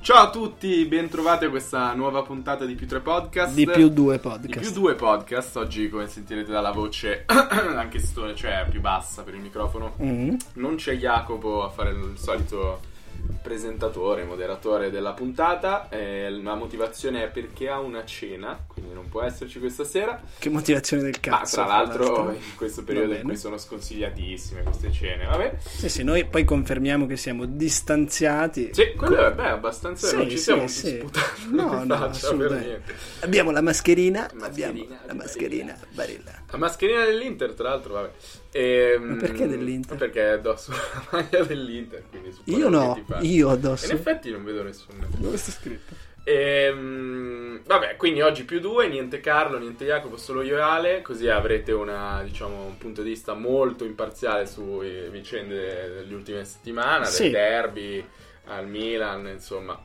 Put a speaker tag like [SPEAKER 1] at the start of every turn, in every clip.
[SPEAKER 1] Ciao a tutti, bentrovati a questa nuova puntata di Più 3 Podcast.
[SPEAKER 2] Di più due
[SPEAKER 1] Di
[SPEAKER 2] podcast.
[SPEAKER 1] più due podcast. Oggi, come sentirete dalla voce, anche sto, cioè più bassa per il microfono,
[SPEAKER 2] Mm.
[SPEAKER 1] non c'è Jacopo a fare il solito presentatore, moderatore della puntata. Eh, la motivazione è perché ha una cena, quindi non può esserci questa sera.
[SPEAKER 2] Che motivazione del
[SPEAKER 1] Ma
[SPEAKER 2] cazzo.
[SPEAKER 1] tra l'altro, eh. in questo periodo in
[SPEAKER 2] bene.
[SPEAKER 1] cui sono sconsigliatissime queste cene, vabbè.
[SPEAKER 2] Sì, sì, noi poi confermiamo che siamo distanziati.
[SPEAKER 1] Sì, quello è beh, abbastanza.
[SPEAKER 2] Sì,
[SPEAKER 1] non ci
[SPEAKER 2] sì,
[SPEAKER 1] siamo
[SPEAKER 2] sì.
[SPEAKER 1] disputando.
[SPEAKER 2] No,
[SPEAKER 1] in
[SPEAKER 2] no,
[SPEAKER 1] faccia per
[SPEAKER 2] assolutamente.
[SPEAKER 1] niente.
[SPEAKER 2] Abbiamo la mascherina.
[SPEAKER 1] Mascherina,
[SPEAKER 2] abbiamo la
[SPEAKER 1] Barilla.
[SPEAKER 2] mascherina Barilla.
[SPEAKER 1] La mascherina dell'Inter, tra l'altro, vabbè. Ehm,
[SPEAKER 2] Ma perché dell'Inter?
[SPEAKER 1] Perché è addosso la maglia dell'Inter, quindi suppongo
[SPEAKER 2] Io
[SPEAKER 1] che
[SPEAKER 2] no,
[SPEAKER 1] ti fa.
[SPEAKER 2] io
[SPEAKER 1] In
[SPEAKER 2] addosso.
[SPEAKER 1] effetti non vedo nessuno.
[SPEAKER 2] Dove sta scritto?
[SPEAKER 1] Ehm, vabbè, quindi oggi più due, niente Carlo, niente Jacopo, solo io e Ale, così avrete una, diciamo, un punto di vista molto imparziale sulle vicende dell'ultima settimana,
[SPEAKER 2] Sì.
[SPEAKER 1] del derby al Milan, insomma,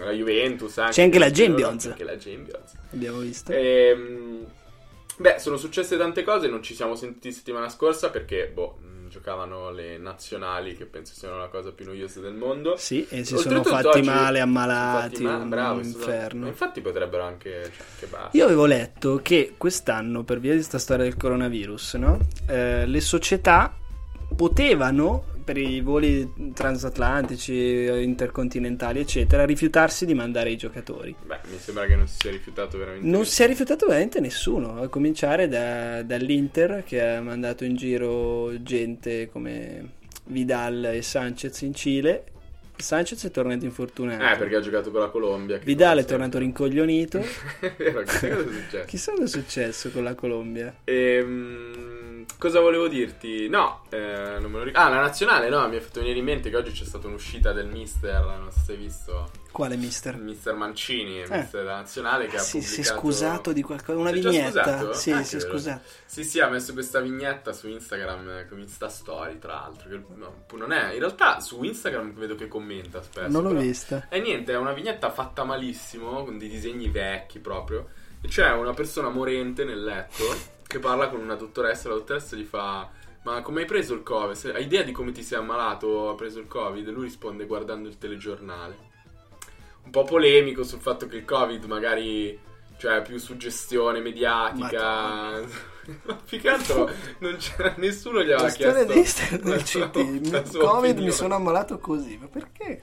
[SPEAKER 1] la Juventus anche.
[SPEAKER 2] C'è anche la
[SPEAKER 1] Barcellona,
[SPEAKER 2] Champions.
[SPEAKER 1] Anche la Champions.
[SPEAKER 2] Abbiamo visto.
[SPEAKER 1] Ehm, beh, sono successe tante cose, non ci siamo sentiti settimana scorsa perché, boh, mh, giocavano le nazionali, che penso siano la cosa più noiosa del mondo.
[SPEAKER 2] Sì, e si sono
[SPEAKER 1] Oltretutto
[SPEAKER 2] fatti
[SPEAKER 1] oggi- Infatti,
[SPEAKER 2] male, ammalati,
[SPEAKER 1] ma-
[SPEAKER 2] un
[SPEAKER 1] bravo, sono- ma
[SPEAKER 2] inferno.
[SPEAKER 1] Infatti potrebbero anche... cioè, che basta.
[SPEAKER 2] Io avevo letto che quest'anno, per via di questa storia del coronavirus, no? Eh, le società potevano, per i voli transatlantici, eh, intercontinentali, eccetera, rifiutarsi di mandare i giocatori.
[SPEAKER 1] Beh, mi sembra che non si sia rifiutato veramente.
[SPEAKER 2] Non
[SPEAKER 1] nessuno.
[SPEAKER 2] si è rifiutato veramente nessuno, a cominciare da- dall'Inter che ha mandato in giro gente come Vidal e Sanchez in Cile. Sanchez è tornato infortunato.
[SPEAKER 1] Eh, perché ha giocato con la Colombia. che
[SPEAKER 2] Vidal è
[SPEAKER 1] non
[SPEAKER 2] tornato rincoglionito.
[SPEAKER 1] è vero, che cosa è successo?
[SPEAKER 2] Chissà cosa è successo con la Colombia.
[SPEAKER 1] Ehm, cosa volevo dirti? No, eh, non me lo ricordo. Ah, la nazionale, no, mi è fatto venire in mente che oggi c'è stata un'uscita del mister, non so se hai visto.
[SPEAKER 2] Quale mister?
[SPEAKER 1] Il Mister Mancini, il mister della nazionale, che ha
[SPEAKER 2] Eh. si, si è
[SPEAKER 1] pubblicato-
[SPEAKER 2] scusato di qualcosa, una
[SPEAKER 1] Si è già
[SPEAKER 2] vignetta.
[SPEAKER 1] scusato?
[SPEAKER 2] Sì,
[SPEAKER 1] Ah,
[SPEAKER 2] si
[SPEAKER 1] che
[SPEAKER 2] è
[SPEAKER 1] bello.
[SPEAKER 2] scusato.
[SPEAKER 1] Sì, sì, ha messo questa vignetta su Instagram eh, come Insta Story, tra l'altro. Che no, non è. In realtà su Instagram vedo che commenta spesso.
[SPEAKER 2] Non l'ho
[SPEAKER 1] però-
[SPEAKER 2] vista.
[SPEAKER 1] E niente, è una vignetta fatta malissimo, con dei disegni vecchi proprio. E c'è una persona morente nel letto che parla con una dottoressa, la dottoressa gli fa... Ma come hai preso il Covid? Se- Hai idea di come ti sei ammalato o ha preso il Covid? E lui risponde guardando il telegiornale. Un po' polemico sul fatto che il Covid magari... Cioè, più suggestione mediatica. Ma più che altro non c'era nessuno gli aveva
[SPEAKER 2] La storia
[SPEAKER 1] chiesto.
[SPEAKER 2] di Instagram
[SPEAKER 1] la
[SPEAKER 2] del
[SPEAKER 1] sua-
[SPEAKER 2] CT.
[SPEAKER 1] la
[SPEAKER 2] Il
[SPEAKER 1] sua
[SPEAKER 2] Covid mi
[SPEAKER 1] opinione.
[SPEAKER 2] sono ammalato così, ma perché?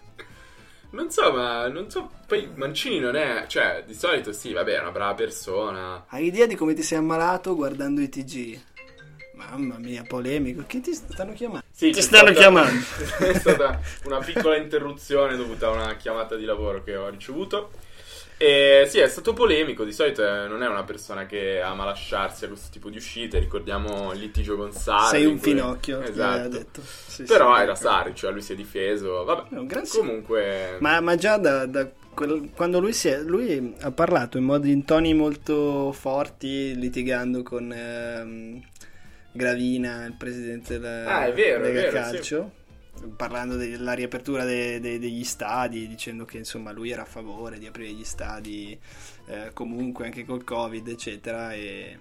[SPEAKER 1] Non so, ma non so. Poi Mancini non è. Cioè, di solito sì, vabbè, è una brava persona.
[SPEAKER 2] Hai idea di come ti sei ammalato guardando i TG? Mamma mia, polemico. Che ti stanno chiamando?
[SPEAKER 1] Sì,
[SPEAKER 2] Ti
[SPEAKER 1] c'è
[SPEAKER 2] stanno
[SPEAKER 1] stata-
[SPEAKER 2] chiamando.
[SPEAKER 1] C'è stata una piccola interruzione dovuta a una chiamata di lavoro che ho ricevuto. E sì, è stato polemico. Di solito eh, non è una persona che ama lasciarsi a questo tipo di uscite. Ricordiamo il litigio con Sari.
[SPEAKER 2] Sei un
[SPEAKER 1] in cui-
[SPEAKER 2] finocchio, esatto.
[SPEAKER 1] Ah, Esatto.
[SPEAKER 2] detto. Sì,
[SPEAKER 1] Però
[SPEAKER 2] sì.
[SPEAKER 1] era Sari, cioè lui si è difeso. Vabbè.
[SPEAKER 2] È un gran signore.
[SPEAKER 1] Comunque.
[SPEAKER 2] Ma, ma già da, da quel- quando lui, si è, lui ha parlato in, modi, in toni molto forti, litigando con ehm, Gravina, il presidente della
[SPEAKER 1] Ah, è vero, è
[SPEAKER 2] Lega
[SPEAKER 1] vero,
[SPEAKER 2] Calcio, parlando della riapertura de- de- degli stadi, dicendo che insomma lui era a favore di aprire gli stadi eh, comunque anche col Covid, eccetera, e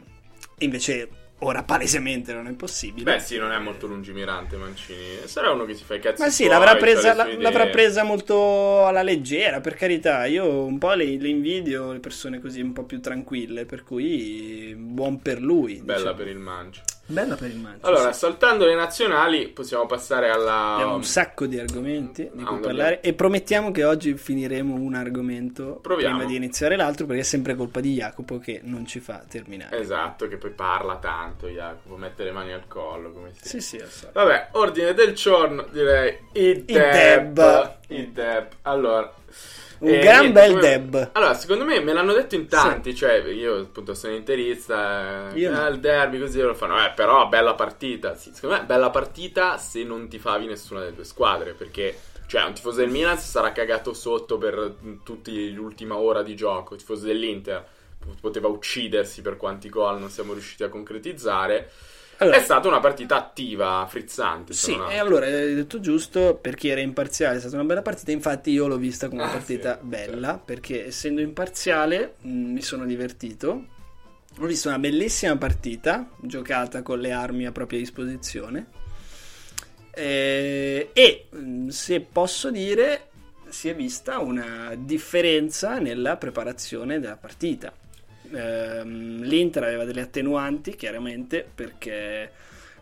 [SPEAKER 2] e invece ora palesemente non è possibile.
[SPEAKER 1] Beh, sì, non è molto lungimirante Mancini. Sarà uno che si fa i cazzi.
[SPEAKER 2] Ma sì,
[SPEAKER 1] suoi,
[SPEAKER 2] l'avrà
[SPEAKER 1] c'ha le
[SPEAKER 2] presa,
[SPEAKER 1] sue
[SPEAKER 2] la-
[SPEAKER 1] idee.
[SPEAKER 2] l'avrà presa molto alla leggera, per carità. Io un po' le, le invidio le persone così un po' più tranquille, per cui buon per lui.
[SPEAKER 1] Bella
[SPEAKER 2] diciamo.
[SPEAKER 1] per il Mancio.
[SPEAKER 2] Bella per il Manchester.
[SPEAKER 1] Allora, saltando le nazionali, possiamo passare alla.
[SPEAKER 2] Abbiamo un sacco di argomenti di
[SPEAKER 1] Ah,
[SPEAKER 2] cui
[SPEAKER 1] un
[SPEAKER 2] parlare e promettiamo che oggi finiremo un argomento
[SPEAKER 1] Proviamo.
[SPEAKER 2] prima di iniziare l'altro perché è sempre colpa di Jacopo che non ci fa terminare.
[SPEAKER 1] Esatto, che poi parla tanto, Jacopo. Mette le mani al collo. Come si...
[SPEAKER 2] Sì, sì, lo so.
[SPEAKER 1] Vabbè, ordine del giorno, direi. Il
[SPEAKER 2] Il deb.
[SPEAKER 1] deb. Il deb. Allora. eh,
[SPEAKER 2] Un gran bel
[SPEAKER 1] come-
[SPEAKER 2] deb.
[SPEAKER 1] Allora, secondo me me l'hanno detto in tanti, cioè io appunto sono interista, eh,
[SPEAKER 2] Io no.
[SPEAKER 1] ah, il derby così loro fanno, eh però bella partita, sì, secondo me bella partita se non tifavi nessuna delle due squadre, perché cioè un tifoso del Milan si sarà cagato sotto per tutta l'ultima ora di gioco, il tifoso dell'Inter p- poteva uccidersi per quanti gol non siamo riusciti a concretizzare.
[SPEAKER 2] Allora-
[SPEAKER 1] è stata una partita attiva, frizzante. se
[SPEAKER 2] Sì,
[SPEAKER 1] non altro.
[SPEAKER 2] e allora hai detto giusto perché era imparziale, è stata una bella partita, infatti io l'ho vista come una
[SPEAKER 1] Ah,
[SPEAKER 2] partita
[SPEAKER 1] sì,
[SPEAKER 2] bella perché essendo imparziale mh, mi sono divertito. Ho visto una bellissima partita giocata con le armi a propria disposizione eh, e mh, se mm, posso dire si è vista una differenza nella preparazione della partita. Ehm, L'Inter aveva delle attenuanti, chiaramente, perché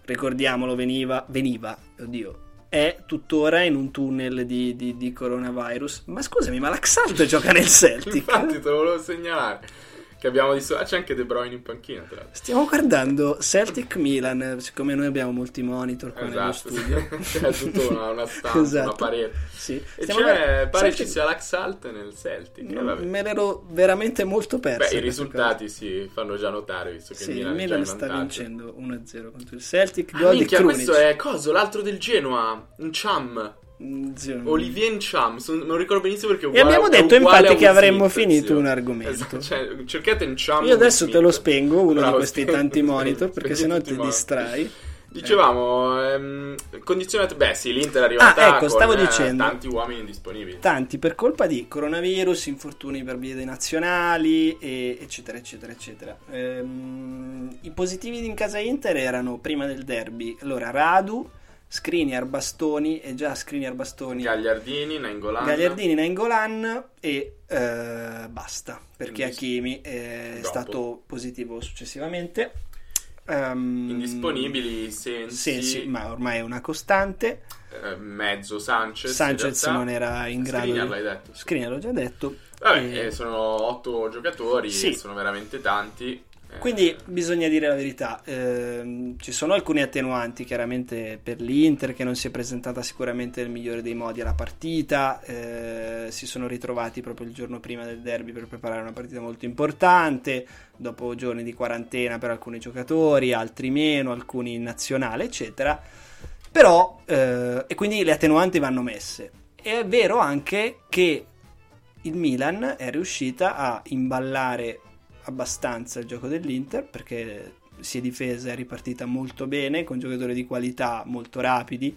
[SPEAKER 2] ricordiamolo, veniva, veniva, oddio, è tuttora in un tunnel di, di- di coronavirus. Ma scusami, ma l'Axalt gioca nel
[SPEAKER 1] Infatti
[SPEAKER 2] Celtic?
[SPEAKER 1] te lo volevo segnalare. Che abbiamo di solito. Ah, c'è anche De Bruyne in panchina, tra l'altro.
[SPEAKER 2] Stiamo guardando Celtic Milan, siccome noi abbiamo molti monitor qua nello
[SPEAKER 1] Esatto,
[SPEAKER 2] studio.
[SPEAKER 1] c'è tutta una, una stampa,
[SPEAKER 2] Esatto.
[SPEAKER 1] una parete.
[SPEAKER 2] Sì.
[SPEAKER 1] E
[SPEAKER 2] Stiamo
[SPEAKER 1] c'è,
[SPEAKER 2] guardando-
[SPEAKER 1] pare
[SPEAKER 2] Celtic-
[SPEAKER 1] ci sia l'Axalt nel Celtic. eh,
[SPEAKER 2] Non-
[SPEAKER 1] vabbè.
[SPEAKER 2] me l'ero veramente molto persa.
[SPEAKER 1] Beh, i
[SPEAKER 2] Mm, questa cosa.
[SPEAKER 1] risultati si fanno già notare, visto che
[SPEAKER 2] Sì,
[SPEAKER 1] il
[SPEAKER 2] il
[SPEAKER 1] Milan,
[SPEAKER 2] Milan
[SPEAKER 1] è già in
[SPEAKER 2] sta
[SPEAKER 1] vantaggio.
[SPEAKER 2] vincendo 1-0 contro il Celtic.
[SPEAKER 1] Ah,
[SPEAKER 2] Gol di
[SPEAKER 1] minchia,
[SPEAKER 2] Krunic.
[SPEAKER 1] questo è coso, l'altro del Genoa, un Cham,
[SPEAKER 2] Mm, zio.
[SPEAKER 1] Olivier Cham, son- non ricordo benissimo perché è
[SPEAKER 2] E
[SPEAKER 1] uguale,
[SPEAKER 2] abbiamo
[SPEAKER 1] è
[SPEAKER 2] detto
[SPEAKER 1] uguale
[SPEAKER 2] infatti
[SPEAKER 1] a
[SPEAKER 2] che
[SPEAKER 1] Will
[SPEAKER 2] avremmo
[SPEAKER 1] Smith,
[SPEAKER 2] finito
[SPEAKER 1] zio.
[SPEAKER 2] un argomento.
[SPEAKER 1] Esatto, cioè, cercate un Cham.
[SPEAKER 2] Io adesso
[SPEAKER 1] Will
[SPEAKER 2] te lo
[SPEAKER 1] Smith.
[SPEAKER 2] spengo uno
[SPEAKER 1] Bravo,
[SPEAKER 2] di questi
[SPEAKER 1] spengo-
[SPEAKER 2] tanti monitor perché
[SPEAKER 1] spengo
[SPEAKER 2] sennò
[SPEAKER 1] tutti
[SPEAKER 2] ti
[SPEAKER 1] i monitor.
[SPEAKER 2] distrai.
[SPEAKER 1] Dicevamo, ehm, condizionato. Beh, sì, l'Inter è
[SPEAKER 2] Ah,
[SPEAKER 1] arrivata
[SPEAKER 2] ecco, stavo
[SPEAKER 1] con eh,
[SPEAKER 2] dicendo.
[SPEAKER 1] tanti uomini disponibili.
[SPEAKER 2] Tanti per colpa di coronavirus, infortuni per via dei nazionali, e- eccetera, eccetera, eccetera. Ehm, I positivi in casa Inter erano prima del derby. Allora, Radu, Skriniar, Bastoni e già Skriniar, Bastoni,
[SPEAKER 1] Gagliardini, Nainggolan.
[SPEAKER 2] Gagliardini, Nainggolan e eh, basta, perché Hakimi è
[SPEAKER 1] Dopo.
[SPEAKER 2] stato positivo successivamente. Ehm,
[SPEAKER 1] Indisponibili Sensi,
[SPEAKER 2] Sensi, ma ormai è una costante.
[SPEAKER 1] eh, mezzo Sanchez. in
[SPEAKER 2] Sanchez
[SPEAKER 1] realtà.
[SPEAKER 2] non era in grado
[SPEAKER 1] Skriniar
[SPEAKER 2] di...
[SPEAKER 1] l'hai detto. sì.
[SPEAKER 2] Skriniar l'ho già detto.
[SPEAKER 1] Vabbè,
[SPEAKER 2] E-
[SPEAKER 1] eh, sono otto giocatori,
[SPEAKER 2] Sì.
[SPEAKER 1] sono veramente tanti. eh,
[SPEAKER 2] Quindi bisogna dire la verità, ehm, ci sono alcuni attenuanti chiaramente per l'Inter che non si è presentata sicuramente nel migliore dei modi alla partita, eh, si sono ritrovati proprio il giorno prima del derby per preparare una partita molto importante, dopo giorni di quarantena per alcuni giocatori, altri meno, alcuni in nazionale eccetera, però eh, e quindi le attenuanti vanno messe. E è vero anche che il Milan è riuscita a imballare abbastanza il gioco dell'Inter perché si è difesa e è ripartita molto bene con giocatori di qualità molto rapidi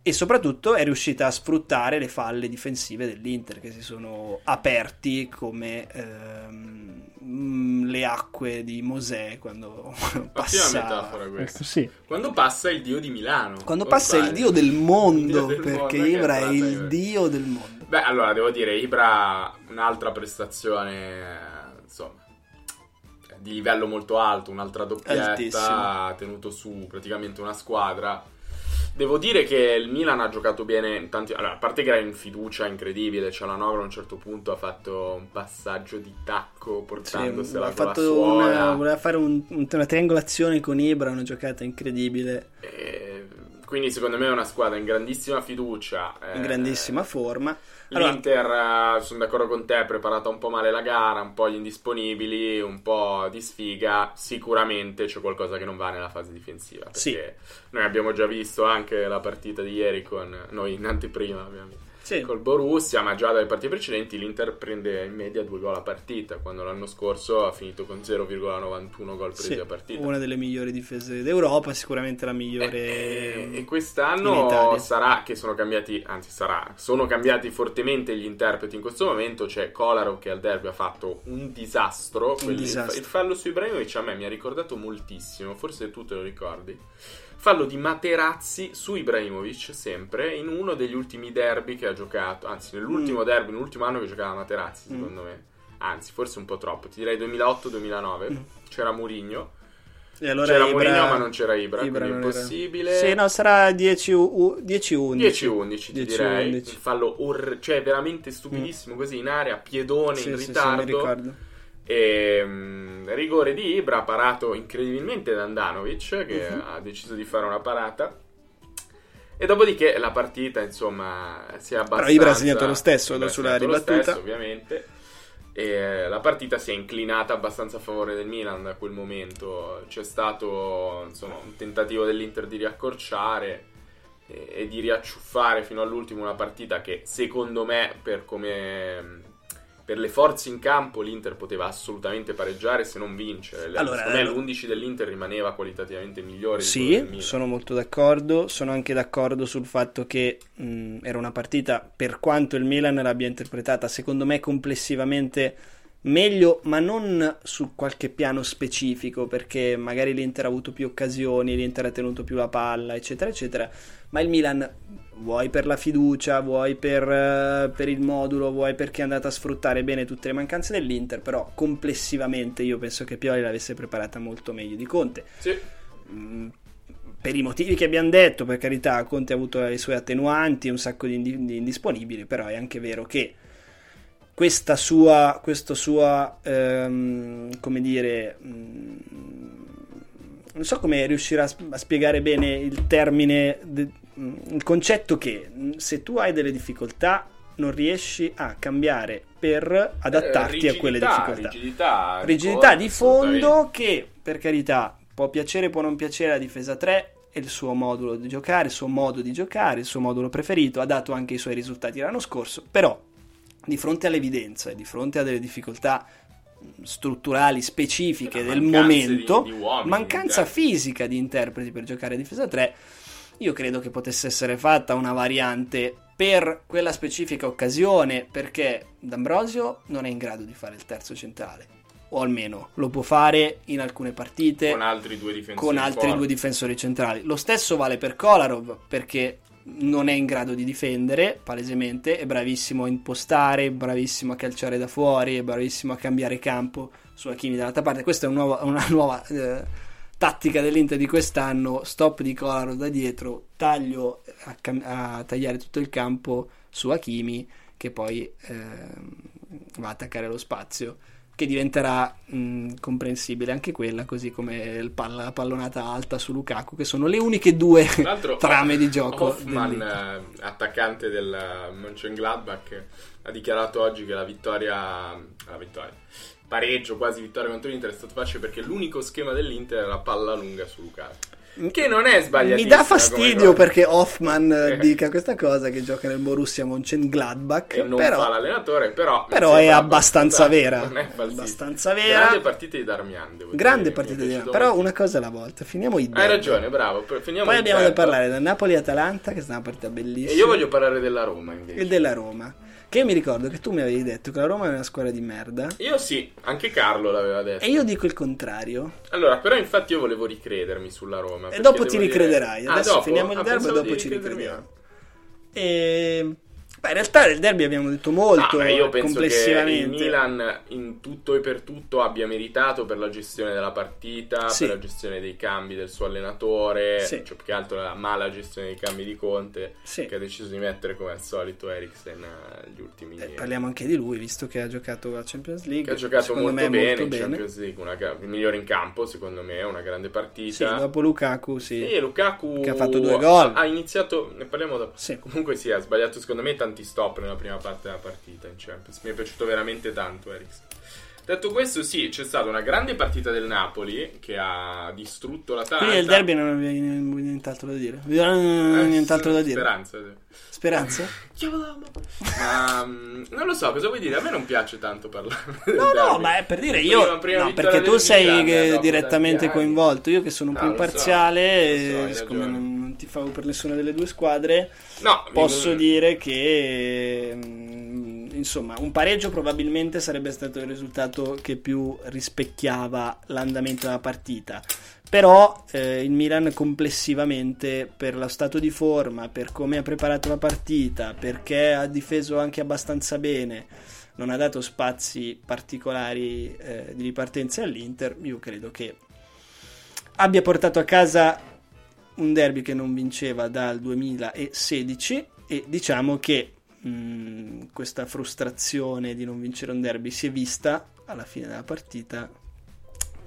[SPEAKER 2] e soprattutto è riuscita a sfruttare le falle difensive dell'Inter che si sono aperti come ehm, mm, le acque di Mosè quando passa
[SPEAKER 1] metafora questa.
[SPEAKER 2] Sì.
[SPEAKER 1] Quando passa il dio di Milano.
[SPEAKER 2] quando
[SPEAKER 1] o
[SPEAKER 2] passa il
[SPEAKER 1] sbaglio?
[SPEAKER 2] dio del mondo
[SPEAKER 1] Il dio del
[SPEAKER 2] perché
[SPEAKER 1] mondo, che
[SPEAKER 2] Ibra è
[SPEAKER 1] frase,
[SPEAKER 2] il
[SPEAKER 1] eh.
[SPEAKER 2] dio del mondo
[SPEAKER 1] Beh, allora devo dire, Ibra un'altra prestazione, eh, insomma, di livello molto alto, un'altra doppietta,
[SPEAKER 2] Altissimo.
[SPEAKER 1] ha tenuto su praticamente una squadra. Devo dire che il Milan ha giocato bene, in tanti... allora, a parte che era in fiducia incredibile, cioè la Novra a un certo punto ha fatto un passaggio di tacco
[SPEAKER 2] Sì,
[SPEAKER 1] portandosela
[SPEAKER 2] ha
[SPEAKER 1] con la
[SPEAKER 2] fatto una,
[SPEAKER 1] suola.
[SPEAKER 2] voleva fare un- un- una triangolazione con Ibra, una giocata incredibile,
[SPEAKER 1] Eh, Quindi secondo me è una squadra in grandissima fiducia.
[SPEAKER 2] in
[SPEAKER 1] eh,
[SPEAKER 2] grandissima forma. Allora-
[SPEAKER 1] L'Inter, eh, sono d'accordo con te, è preparata un po' male la gara, un po' gli indisponibili, un po' di sfiga. Sicuramente c'è qualcosa che non va nella fase difensiva. Perché
[SPEAKER 2] Sì.
[SPEAKER 1] noi abbiamo già visto anche la partita di ieri con noi in anteprima, ovviamente,
[SPEAKER 2] Sì,
[SPEAKER 1] col Borussia, ma già dalle partite precedenti l'Inter prende in media due gol a partita, quando l'anno scorso ha finito con 0,91 gol presi
[SPEAKER 2] sì,
[SPEAKER 1] a partita.
[SPEAKER 2] una delle migliori difese d'Europa, sicuramente la migliore.
[SPEAKER 1] Eh, E
[SPEAKER 2] in Italia.
[SPEAKER 1] quest'anno sarà che sono cambiati, anzi sarà, sono cambiati fortemente gli interpreti in questo momento, c'è Kolarov che al derby ha fatto un disastro, Quelli-
[SPEAKER 2] disastro.
[SPEAKER 1] il fallo su Ibrahimovic a me mi ha ricordato moltissimo, forse tu te lo ricordi, fallo di Materazzi su Ibrahimovic sempre in uno degli ultimi derby che ha giocato, anzi nell'ultimo
[SPEAKER 2] Mm.
[SPEAKER 1] derby, nell'ultimo anno che giocava Materazzi secondo me, anzi forse un po' troppo, ti direi 2008-2009,
[SPEAKER 2] Mm.
[SPEAKER 1] c'era Mourinho.
[SPEAKER 2] E allora
[SPEAKER 1] C'era
[SPEAKER 2] Ibra-
[SPEAKER 1] Mourinho, ma non c'era Ibra,
[SPEAKER 2] non
[SPEAKER 1] quindi è
[SPEAKER 2] era.
[SPEAKER 1] impossibile.
[SPEAKER 2] Sì, no, sarà 10 u- 10-11.
[SPEAKER 1] 10-11 ti
[SPEAKER 2] 10-11.
[SPEAKER 1] direi, il fallo orre- cioè veramente stupidissimo così in area, piedone in
[SPEAKER 2] Mm. Sì, sì, sì, mi
[SPEAKER 1] ritardo
[SPEAKER 2] ricordo.
[SPEAKER 1] e mm, rigore di Ibra parato incredibilmente da Andanovic che
[SPEAKER 2] Mhm.
[SPEAKER 1] ha deciso di fare una parata e dopodiché la partita insomma si è abbastanza
[SPEAKER 2] Però Ibra ha segnato lo stesso,
[SPEAKER 1] Ibra ha
[SPEAKER 2] sulla
[SPEAKER 1] segnato lo
[SPEAKER 2] ribattuta.
[SPEAKER 1] stesso, ovviamente e eh, la partita si è inclinata abbastanza a favore del Milan da quel momento c'è stato insomma un tentativo dell'Inter di riaccorciare e, e di riacciuffare fino all'ultimo una partita che secondo me per come per le forze in campo l'Inter poteva assolutamente pareggiare se non vincere. Le-
[SPEAKER 2] Allora,
[SPEAKER 1] secondo me
[SPEAKER 2] eh,
[SPEAKER 1] l'11 dell'Inter rimaneva qualitativamente migliore di quello del
[SPEAKER 2] Sì,
[SPEAKER 1] Milan.
[SPEAKER 2] sono molto d'accordo. Sono anche d'accordo sul fatto che mh, era una partita, per quanto il Milan l'abbia interpretata, secondo me complessivamente meglio, ma non su qualche piano specifico, perché magari l'Inter ha avuto più occasioni, l'Inter ha tenuto più la palla, eccetera, eccetera, ma il Milan vuoi per la fiducia, vuoi per, eh, per il modulo, vuoi perché è andata a sfruttare bene tutte le mancanze dell'Inter, però complessivamente io penso che Pioli l'avesse preparata molto meglio di Conte.
[SPEAKER 1] Sì.
[SPEAKER 2] Mm, per i motivi che abbiamo detto, per carità, Conte ha avuto le sue attenuanti, un sacco di, indi- di indisponibili, però è anche vero che questa sua, questo sua, ehm, come dire, mm, non so come riuscirà a sp- a spiegare bene il termine, de- mm, il concetto che mm, se tu hai delle difficoltà non riesci a cambiare per adattarti a quelle
[SPEAKER 1] eh, Rigidità,
[SPEAKER 2] difficoltà
[SPEAKER 1] Rigidità,
[SPEAKER 2] rigidità
[SPEAKER 1] ricordo,
[SPEAKER 2] di
[SPEAKER 1] assolutamente.
[SPEAKER 2] fondo che per carità può piacere può non piacere la difesa 3 e il suo modulo di giocare il suo modo di giocare il suo modulo preferito ha dato anche i suoi risultati l'anno scorso però di fronte all'evidenza e di fronte a delle difficoltà mh, strutturali specifiche
[SPEAKER 1] La
[SPEAKER 2] del
[SPEAKER 1] mancanza
[SPEAKER 2] momento
[SPEAKER 1] di- di uomini, eh.
[SPEAKER 2] mancanza
[SPEAKER 1] dai.
[SPEAKER 2] fisica di interpreti per giocare a difesa 3 io credo che potesse essere fatta una variante per quella specifica occasione, perché D'Ambrosio non è in grado di fare il terzo centrale, o almeno lo può fare in alcune partite
[SPEAKER 1] con altri due difensori.
[SPEAKER 2] con altri
[SPEAKER 1] forti.
[SPEAKER 2] due difensori centrali. Lo stesso vale per Kolarov perché non è in grado di difendere, palesemente, è bravissimo a impostare, è bravissimo a calciare da fuori, è bravissimo a cambiare campo su Hakimi dall'altra parte. Questa è un nuovo- una nuova eh, tattica dell'Inter di quest'anno, stop di Kolarov da dietro, taglio a, cam- a tagliare tutto il campo su Hakimi che poi ehm, va a attaccare lo spazio che diventerà mh, comprensibile anche quella, così come il palla- la pallonata alta su Lukaku, che sono le uniche due
[SPEAKER 1] Tra l'altro,
[SPEAKER 2] trame di gioco.
[SPEAKER 1] Hoffman,
[SPEAKER 2] dell'Inter.
[SPEAKER 1] eh, attaccante del eh, Mönchengladbach, eh, ha dichiarato oggi che la vittoria, la vittoria, pareggio, quasi vittoria contro l'Inter è stato facile perché l'unico schema dell'Inter era palla lunga su Lukaku. Che non è sbagliato.
[SPEAKER 2] Mi dà fastidio perché Hoffman eh,
[SPEAKER 1] Eh.
[SPEAKER 2] dica questa cosa, che gioca nel Borussia Mönchengladbach,
[SPEAKER 1] E non fa
[SPEAKER 2] però,
[SPEAKER 1] l'allenatore, però... mi
[SPEAKER 2] però è
[SPEAKER 1] sembra
[SPEAKER 2] abbastanza vera.
[SPEAKER 1] Non è
[SPEAKER 2] È
[SPEAKER 1] falsissimo.
[SPEAKER 2] abbastanza
[SPEAKER 1] Grande
[SPEAKER 2] vera.
[SPEAKER 1] partita di Darmian, devo
[SPEAKER 2] Grande
[SPEAKER 1] dire,
[SPEAKER 2] partita
[SPEAKER 1] mi
[SPEAKER 2] di
[SPEAKER 1] è
[SPEAKER 2] Napoli,
[SPEAKER 1] piaciuto
[SPEAKER 2] però
[SPEAKER 1] molto.
[SPEAKER 2] una cosa alla volta, finiamo i
[SPEAKER 1] Hai
[SPEAKER 2] derby.
[SPEAKER 1] ragione, bravo. per- Finiamo
[SPEAKER 2] Poi
[SPEAKER 1] il
[SPEAKER 2] abbiamo da
[SPEAKER 1] tempo.
[SPEAKER 2] parlare da Napoli-Atalanta, che è stata una partita bellissima.
[SPEAKER 1] E io voglio parlare della Roma, invece.
[SPEAKER 2] e della Roma. Che io mi ricordo che tu mi avevi detto che la Roma è una squadra di merda.
[SPEAKER 1] Io sì, anche Carlo l'aveva detto.
[SPEAKER 2] E io dico il contrario.
[SPEAKER 1] Allora, però infatti io volevo ricredermi sulla Roma.
[SPEAKER 2] e
[SPEAKER 1] perché
[SPEAKER 2] dopo
[SPEAKER 1] devo
[SPEAKER 2] ti
[SPEAKER 1] dire-
[SPEAKER 2] ricrederai.
[SPEAKER 1] Ah,
[SPEAKER 2] Adesso
[SPEAKER 1] dopo?
[SPEAKER 2] finiamo il
[SPEAKER 1] Ah,
[SPEAKER 2] derby e
[SPEAKER 1] pensavo
[SPEAKER 2] dopo
[SPEAKER 1] di
[SPEAKER 2] ci
[SPEAKER 1] ricredermi
[SPEAKER 2] ricrediamo. E... Beh, in realtà del derby abbiamo detto molto
[SPEAKER 1] Ah, ma io penso che il
[SPEAKER 2] complessivamente.
[SPEAKER 1] Milan in tutto e per tutto abbia meritato per la gestione della partita,
[SPEAKER 2] Sì.
[SPEAKER 1] per la gestione dei cambi del suo allenatore,
[SPEAKER 2] Sì.
[SPEAKER 1] cioè più che altro la mala gestione dei cambi di Conte,
[SPEAKER 2] Sì.
[SPEAKER 1] che ha deciso di mettere come al solito Eriksen agli ultimi
[SPEAKER 2] Eh, parliamo anche di lui, visto che ha giocato la Champions League.
[SPEAKER 1] che ha giocato
[SPEAKER 2] secondo
[SPEAKER 1] molto
[SPEAKER 2] me
[SPEAKER 1] bene
[SPEAKER 2] molto
[SPEAKER 1] in
[SPEAKER 2] bene.
[SPEAKER 1] Champions League, una gra- il migliore in campo secondo me, una grande
[SPEAKER 2] Sì,
[SPEAKER 1] partita.
[SPEAKER 2] dopo Lukaku, sì.
[SPEAKER 1] E Lukaku
[SPEAKER 2] Che ha fatto due gol.
[SPEAKER 1] Ha iniziato, ne parliamo dopo.
[SPEAKER 2] Sì.
[SPEAKER 1] Comunque sì, ha sbagliato secondo me tanti stop nella prima parte della partita in Champions. Mi è piaciuto veramente tanto Eriksen. Detto questo, sì, c'è stata una grande partita del Napoli che ha distrutto la l'Atalanta.
[SPEAKER 2] Quindi del derby non avevi nient'altro da dire.
[SPEAKER 1] Ah, esatto. Eh,
[SPEAKER 2] Nient'altro da dire.
[SPEAKER 1] Speranza. sì.
[SPEAKER 2] Speranza?
[SPEAKER 1] Io l'amo. Ma mm, non lo so, cosa vuoi dire? A me non piace tanto parlare. del
[SPEAKER 2] No, no,
[SPEAKER 1] derby.
[SPEAKER 2] ma è per dire
[SPEAKER 1] Prima-
[SPEAKER 2] io.
[SPEAKER 1] prima
[SPEAKER 2] no,
[SPEAKER 1] vittoria
[SPEAKER 2] perché tu
[SPEAKER 1] del
[SPEAKER 2] sei
[SPEAKER 1] Milan,
[SPEAKER 2] eh,
[SPEAKER 1] dopo
[SPEAKER 2] direttamente
[SPEAKER 1] tanti anni.
[SPEAKER 2] coinvolto. Io che sono un
[SPEAKER 1] No,
[SPEAKER 2] po'
[SPEAKER 1] lo so,
[SPEAKER 2] imparziale,
[SPEAKER 1] lo so, hai
[SPEAKER 2] eh, siccome
[SPEAKER 1] ragione.
[SPEAKER 2] non, non ti favo per nessuna delle due squadre,
[SPEAKER 1] No,
[SPEAKER 2] posso
[SPEAKER 1] mi-
[SPEAKER 2] dire che. mm, Insomma, un pareggio probabilmente sarebbe stato il risultato che più rispecchiava l'andamento della partita. Però eh, il Milan complessivamente, per lo stato di forma, per come ha preparato la partita, perché ha difeso anche abbastanza bene, non ha dato spazi particolari eh, di ripartenza all'Inter, io credo che abbia portato a casa un derby che non vinceva dal 2016 e diciamo che mh, questa frustrazione di non vincere un derby si è vista alla fine della partita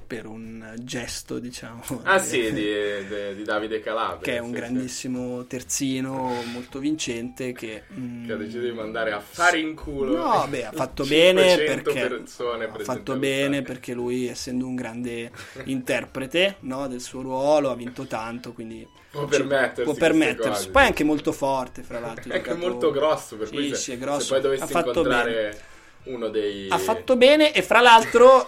[SPEAKER 2] per un gesto, diciamo,
[SPEAKER 1] Ah
[SPEAKER 2] di-
[SPEAKER 1] sì, di, di- di Davide Calabria.
[SPEAKER 2] che è un
[SPEAKER 1] sì, sì.
[SPEAKER 2] grandissimo terzino molto vincente che, mm,
[SPEAKER 1] che ha deciso di mandare a fare in culo.
[SPEAKER 2] No, beh, ha fatto bene
[SPEAKER 1] 500
[SPEAKER 2] perché
[SPEAKER 1] persone
[SPEAKER 2] ha
[SPEAKER 1] presenti
[SPEAKER 2] fatto
[SPEAKER 1] allo
[SPEAKER 2] bene
[SPEAKER 1] stadio.
[SPEAKER 2] perché lui, essendo un grande interprete no, del suo ruolo, ha vinto tanto, quindi
[SPEAKER 1] può
[SPEAKER 2] ci-
[SPEAKER 1] permettersi.
[SPEAKER 2] può
[SPEAKER 1] queste
[SPEAKER 2] permettersi.
[SPEAKER 1] cose.
[SPEAKER 2] Poi è anche molto forte, fra l'altro.
[SPEAKER 1] È anche
[SPEAKER 2] giocatore.
[SPEAKER 1] molto grosso, per cui
[SPEAKER 2] Sì,
[SPEAKER 1] se,
[SPEAKER 2] sì, è
[SPEAKER 1] se
[SPEAKER 2] grosso.
[SPEAKER 1] poi
[SPEAKER 2] Ha
[SPEAKER 1] dovessi
[SPEAKER 2] fatto
[SPEAKER 1] incontrare uno dei
[SPEAKER 2] Ha fatto bene e fra l'altro,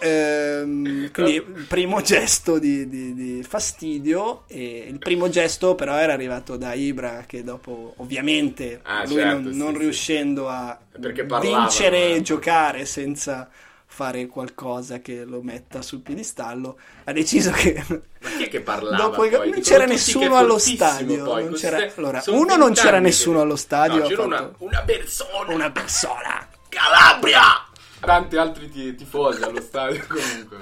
[SPEAKER 2] ehm, quindi primo gesto di, di- di fastidio, e il primo gesto però era arrivato da Ibra che dopo ovviamente
[SPEAKER 1] Ah,
[SPEAKER 2] lui non,
[SPEAKER 1] certo, sì,
[SPEAKER 2] non
[SPEAKER 1] sì.
[SPEAKER 2] riuscendo a
[SPEAKER 1] Perché parlavano,
[SPEAKER 2] vincere e
[SPEAKER 1] eh.
[SPEAKER 2] giocare senza fare qualcosa che lo metta sul piedistallo, ha deciso che
[SPEAKER 1] Ma chi è che parlava?
[SPEAKER 2] dopo il-
[SPEAKER 1] poi?
[SPEAKER 2] non
[SPEAKER 1] Dicono tutti che
[SPEAKER 2] c'era
[SPEAKER 1] è
[SPEAKER 2] nessuno allo
[SPEAKER 1] fortissimo,
[SPEAKER 2] stadio.
[SPEAKER 1] poi.
[SPEAKER 2] non
[SPEAKER 1] Queste-
[SPEAKER 2] c'era- allora,
[SPEAKER 1] sono
[SPEAKER 2] uno non c'era
[SPEAKER 1] vent'anni che-
[SPEAKER 2] nessuno allo stadio.
[SPEAKER 1] No,
[SPEAKER 2] ha
[SPEAKER 1] c'era una,
[SPEAKER 2] fatto
[SPEAKER 1] una persona.
[SPEAKER 2] una persona.
[SPEAKER 1] Calabria! Tanti altri ti- tifosi allo stadio comunque.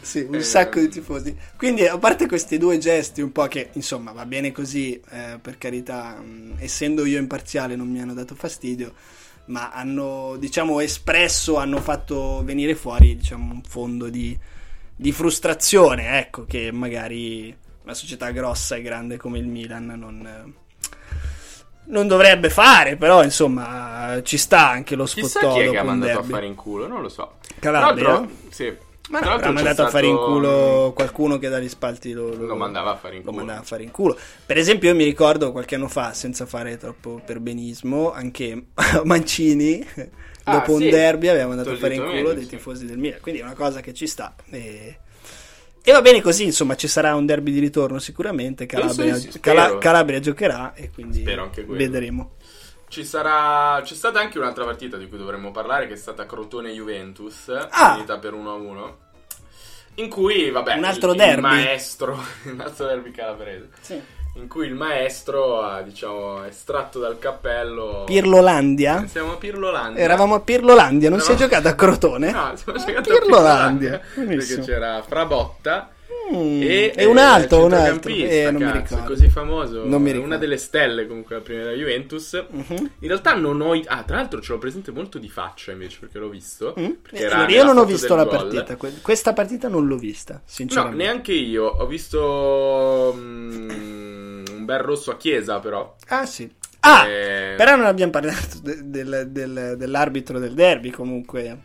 [SPEAKER 2] Sì, un
[SPEAKER 1] Eh,
[SPEAKER 2] sacco di tifosi. Quindi, a parte questi due gesti, un po' che insomma va bene così, eh, per carità, mh, essendo io imparziale non mi hanno dato fastidio, ma hanno diciamo espresso, hanno fatto venire fuori diciamo, un fondo di, di frustrazione, ecco, che magari una società grossa e grande come il Milan non. eh, non dovrebbe fare, però insomma ci sta anche lo
[SPEAKER 1] Chissà
[SPEAKER 2] spottolo
[SPEAKER 1] chi è che ha
[SPEAKER 2] con
[SPEAKER 1] mandato
[SPEAKER 2] derby.
[SPEAKER 1] a fare in culo, non lo so.
[SPEAKER 2] Calabria?
[SPEAKER 1] Tra l'altro- sì.
[SPEAKER 2] Ma
[SPEAKER 1] Tra
[SPEAKER 2] no,
[SPEAKER 1] l'altro
[SPEAKER 2] l'ha
[SPEAKER 1] c'è
[SPEAKER 2] mandato a fare in
[SPEAKER 1] stato-
[SPEAKER 2] culo qualcuno che dagli spalti lo,
[SPEAKER 1] Lo mandava a fare in
[SPEAKER 2] lo
[SPEAKER 1] culo.
[SPEAKER 2] mandava a fare in culo. Per esempio, io mi ricordo qualche anno fa, senza fare troppo perbenismo, anche Mancini,
[SPEAKER 1] Ah,
[SPEAKER 2] dopo
[SPEAKER 1] sì.
[SPEAKER 2] un derby, aveva mandato a fare in
[SPEAKER 1] Solitamente,
[SPEAKER 2] culo dei
[SPEAKER 1] sì.
[SPEAKER 2] tifosi del Milan. Quindi è una cosa che ci sta. E... e va bene così, insomma, ci sarà un derby di ritorno sicuramente.
[SPEAKER 1] Penso
[SPEAKER 2] Calabria,
[SPEAKER 1] di Eh, sì, spero.
[SPEAKER 2] Cala- Calabria giocherà e quindi
[SPEAKER 1] Spero anche quello.
[SPEAKER 2] vedremo.
[SPEAKER 1] Ci sarà... C'è stata anche un'altra partita di cui dovremmo parlare, che è stata Crotone-Juventus,
[SPEAKER 2] Ah!
[SPEAKER 1] finita per 1-1. In cui, vabbè,
[SPEAKER 2] Un altro
[SPEAKER 1] il, il
[SPEAKER 2] derby.
[SPEAKER 1] maestro, un altro derby calabrese, in cui il maestro ha, diciamo, estratto dal cappello...
[SPEAKER 2] Pirlolandia?
[SPEAKER 1] Siamo a Pirlolandia.
[SPEAKER 2] Eravamo a Pirlolandia, non si è
[SPEAKER 1] Eh, Eravamo-
[SPEAKER 2] giocato a Crotone?
[SPEAKER 1] No, siamo
[SPEAKER 2] A
[SPEAKER 1] giocati a
[SPEAKER 2] Eh? Ah, Pirlolandia.
[SPEAKER 1] Perché
[SPEAKER 2] Benissimo.
[SPEAKER 1] c'era Frabotta
[SPEAKER 2] Mm,
[SPEAKER 1] e,
[SPEAKER 2] E, un altro,
[SPEAKER 1] eh,
[SPEAKER 2] un altro.
[SPEAKER 1] centrocampista,
[SPEAKER 2] Eh, non mi
[SPEAKER 1] cazzo,
[SPEAKER 2] ricordo.
[SPEAKER 1] Così famoso.
[SPEAKER 2] Non mi
[SPEAKER 1] eh,
[SPEAKER 2] ricordo.
[SPEAKER 1] Una delle stelle comunque la prima della Juventus.
[SPEAKER 2] Mhm.
[SPEAKER 1] In realtà non ho... i- Ah, tra l'altro ce l'ho presente molto di faccia invece perché l'ho visto.
[SPEAKER 2] Mm?
[SPEAKER 1] Perché
[SPEAKER 2] Eh,
[SPEAKER 1] era
[SPEAKER 2] allora, io
[SPEAKER 1] nella
[SPEAKER 2] non ho
[SPEAKER 1] foto
[SPEAKER 2] visto la
[SPEAKER 1] del gol.
[SPEAKER 2] partita. que- Questa partita non l'ho vista,
[SPEAKER 1] No,
[SPEAKER 2] sinceramente.
[SPEAKER 1] neanche io. Ho visto mm, un bel rosso a Chiesa però.
[SPEAKER 2] Ah, sì. Ah,
[SPEAKER 1] Eh,
[SPEAKER 2] però non abbiamo parlato de- del- del- dell'arbitro del derby comunque.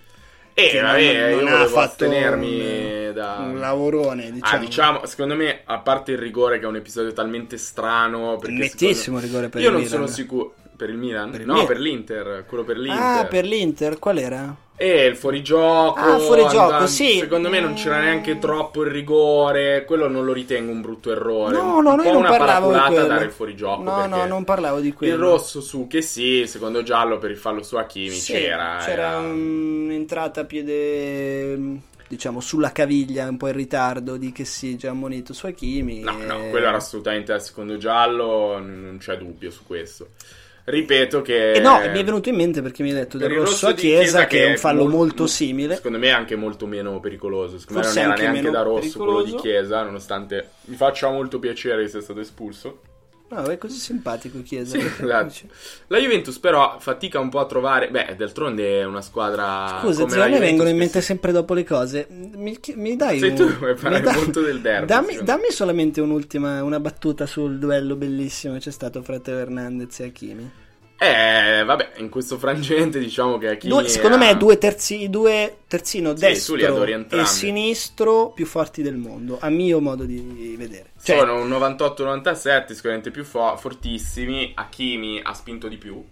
[SPEAKER 1] eh,
[SPEAKER 2] che
[SPEAKER 1] vabbè,
[SPEAKER 2] non-
[SPEAKER 1] io
[SPEAKER 2] non
[SPEAKER 1] volevo
[SPEAKER 2] ha fatto
[SPEAKER 1] astenermi
[SPEAKER 2] un-
[SPEAKER 1] da...
[SPEAKER 2] Un lavorone, diciamo.
[SPEAKER 1] Ah, diciamo, secondo me, a parte il rigore che è un episodio talmente strano, perché
[SPEAKER 2] Nettissimo rigore
[SPEAKER 1] secondo-
[SPEAKER 2] per
[SPEAKER 1] Io
[SPEAKER 2] il
[SPEAKER 1] non sono
[SPEAKER 2] Milan.
[SPEAKER 1] sicuro per il Milan?
[SPEAKER 2] Per il
[SPEAKER 1] no,
[SPEAKER 2] Milan.
[SPEAKER 1] per l'Inter, quello per l'Inter.
[SPEAKER 2] Ah, per l'Inter, qual era?
[SPEAKER 1] E il fuorigioco.
[SPEAKER 2] Ah, fuorigioco,
[SPEAKER 1] andando-
[SPEAKER 2] sì.
[SPEAKER 1] Secondo me non c'era
[SPEAKER 2] Mm.
[SPEAKER 1] neanche troppo il rigore, quello non lo ritengo un brutto errore.
[SPEAKER 2] No, no,
[SPEAKER 1] un
[SPEAKER 2] no,
[SPEAKER 1] po'
[SPEAKER 2] io non
[SPEAKER 1] una
[SPEAKER 2] parlavo di
[SPEAKER 1] paraculata
[SPEAKER 2] quello.
[SPEAKER 1] dare il fuorigioco
[SPEAKER 2] No,
[SPEAKER 1] perché
[SPEAKER 2] no, non parlavo di quello.
[SPEAKER 1] Il rosso su che sì, secondo giallo per il fallo su Hakimi
[SPEAKER 2] Sì,
[SPEAKER 1] c'era. era-
[SPEAKER 2] un'entrata a piede, diciamo, sulla caviglia, un po' in ritardo, di che si già ammonito su Hakimi.
[SPEAKER 1] No, no,
[SPEAKER 2] e-
[SPEAKER 1] quello era assolutamente al secondo giallo, n- non c'è dubbio su questo. Ripeto che...
[SPEAKER 2] E Eh, no, mi è venuto in mente perché mi hai detto
[SPEAKER 1] Eh, per
[SPEAKER 2] del
[SPEAKER 1] il
[SPEAKER 2] rosso a
[SPEAKER 1] di
[SPEAKER 2] Chiesa, che è un fallo
[SPEAKER 1] mol-
[SPEAKER 2] molto, simile.
[SPEAKER 1] Secondo me è anche molto meno pericoloso. Secondo
[SPEAKER 2] Forse
[SPEAKER 1] me non
[SPEAKER 2] anche
[SPEAKER 1] era neanche
[SPEAKER 2] meno
[SPEAKER 1] da rosso quello di
[SPEAKER 2] pericoloso.
[SPEAKER 1] Chiesa, nonostante mi faccia molto piacere che sia stato espulso.
[SPEAKER 2] No, è così simpatico Chiesa.
[SPEAKER 1] Sì, esatto. La Juventus però fatica un po' a trovare... Beh, d'altronde è una squadra...
[SPEAKER 2] Scusa,
[SPEAKER 1] Ah, come
[SPEAKER 2] zio,
[SPEAKER 1] la
[SPEAKER 2] a me
[SPEAKER 1] Juventus
[SPEAKER 2] vengono in
[SPEAKER 1] che
[SPEAKER 2] mente
[SPEAKER 1] si-
[SPEAKER 2] sempre dopo le cose. Mi, chi- mi dai
[SPEAKER 1] Sei
[SPEAKER 2] un-
[SPEAKER 1] tu che vuoi parlare
[SPEAKER 2] mi dai-
[SPEAKER 1] molto del derby,
[SPEAKER 2] Dammi,
[SPEAKER 1] zio.
[SPEAKER 2] dammi solamente un'ultima, una battuta sul duello bellissimo che c'è stato fra Teo Hernandez e Hakimi.
[SPEAKER 1] Eh, vabbè, in questo frangente diciamo che Hakimi...
[SPEAKER 2] Due- secondo
[SPEAKER 1] ha-
[SPEAKER 2] me due terzi, i due
[SPEAKER 1] Sì,
[SPEAKER 2] terzino
[SPEAKER 1] tu li
[SPEAKER 2] destro
[SPEAKER 1] adori
[SPEAKER 2] e
[SPEAKER 1] entrambi.
[SPEAKER 2] sinistro più forti del mondo, a mio modo di vedere. Cioè,
[SPEAKER 1] Sono un 98-97, sicuramente più fo- fortissimi. Hakimi ha spinto di più.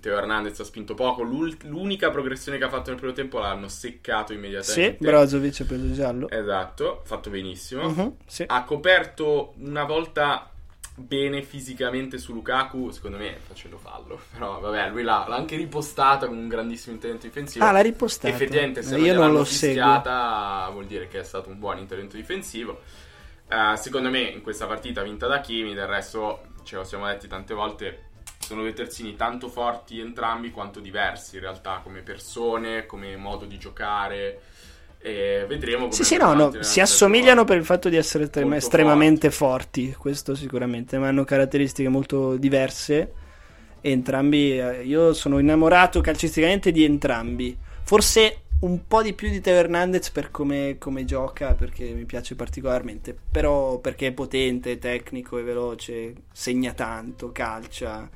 [SPEAKER 1] Teo Hernandez ha spinto poco. L'ul- l'unica progressione che ha fatto nel primo tempo l'hanno seccato
[SPEAKER 2] sì,
[SPEAKER 1] immediatamente.
[SPEAKER 2] Brozovic ha preso il giallo.
[SPEAKER 1] Esatto, fatto benissimo.
[SPEAKER 2] Mhm, sì.
[SPEAKER 1] Ha coperto una volta bene fisicamente su Lukaku, secondo me facendo fallo. Però vabbè, lui l'ha, l'ha anche ripostata con un grandissimo intento difensivo.
[SPEAKER 2] Ah, l'ha ripostato.
[SPEAKER 1] Effettivamente, se
[SPEAKER 2] Eh,
[SPEAKER 1] non
[SPEAKER 2] Io non
[SPEAKER 1] gliel'hanno
[SPEAKER 2] lo seguo.
[SPEAKER 1] fischiata, vuol dire che è stato un buon intervento difensivo. Eh, secondo me, in questa partita vinta da Kimi, del resto ce lo siamo detti tante volte. Sono due terzini tanto forti entrambi quanto diversi in realtà, come persone, come modo di giocare. E vedremo come
[SPEAKER 2] Sì, sì,
[SPEAKER 1] andrà
[SPEAKER 2] no, no,
[SPEAKER 1] avanti nella
[SPEAKER 2] si
[SPEAKER 1] stagione.
[SPEAKER 2] assomigliano per il fatto di essere estrem-
[SPEAKER 1] Molto
[SPEAKER 2] estremamente forti. questo sicuramente, ma hanno caratteristiche molto diverse. E entrambi, eh, io sono innamorato calcisticamente di entrambi. Forse un po' di più di Teo Hernandez per come, come gioca, perché mi piace particolarmente, però perché è potente, è tecnico, è veloce, segna tanto, calcia.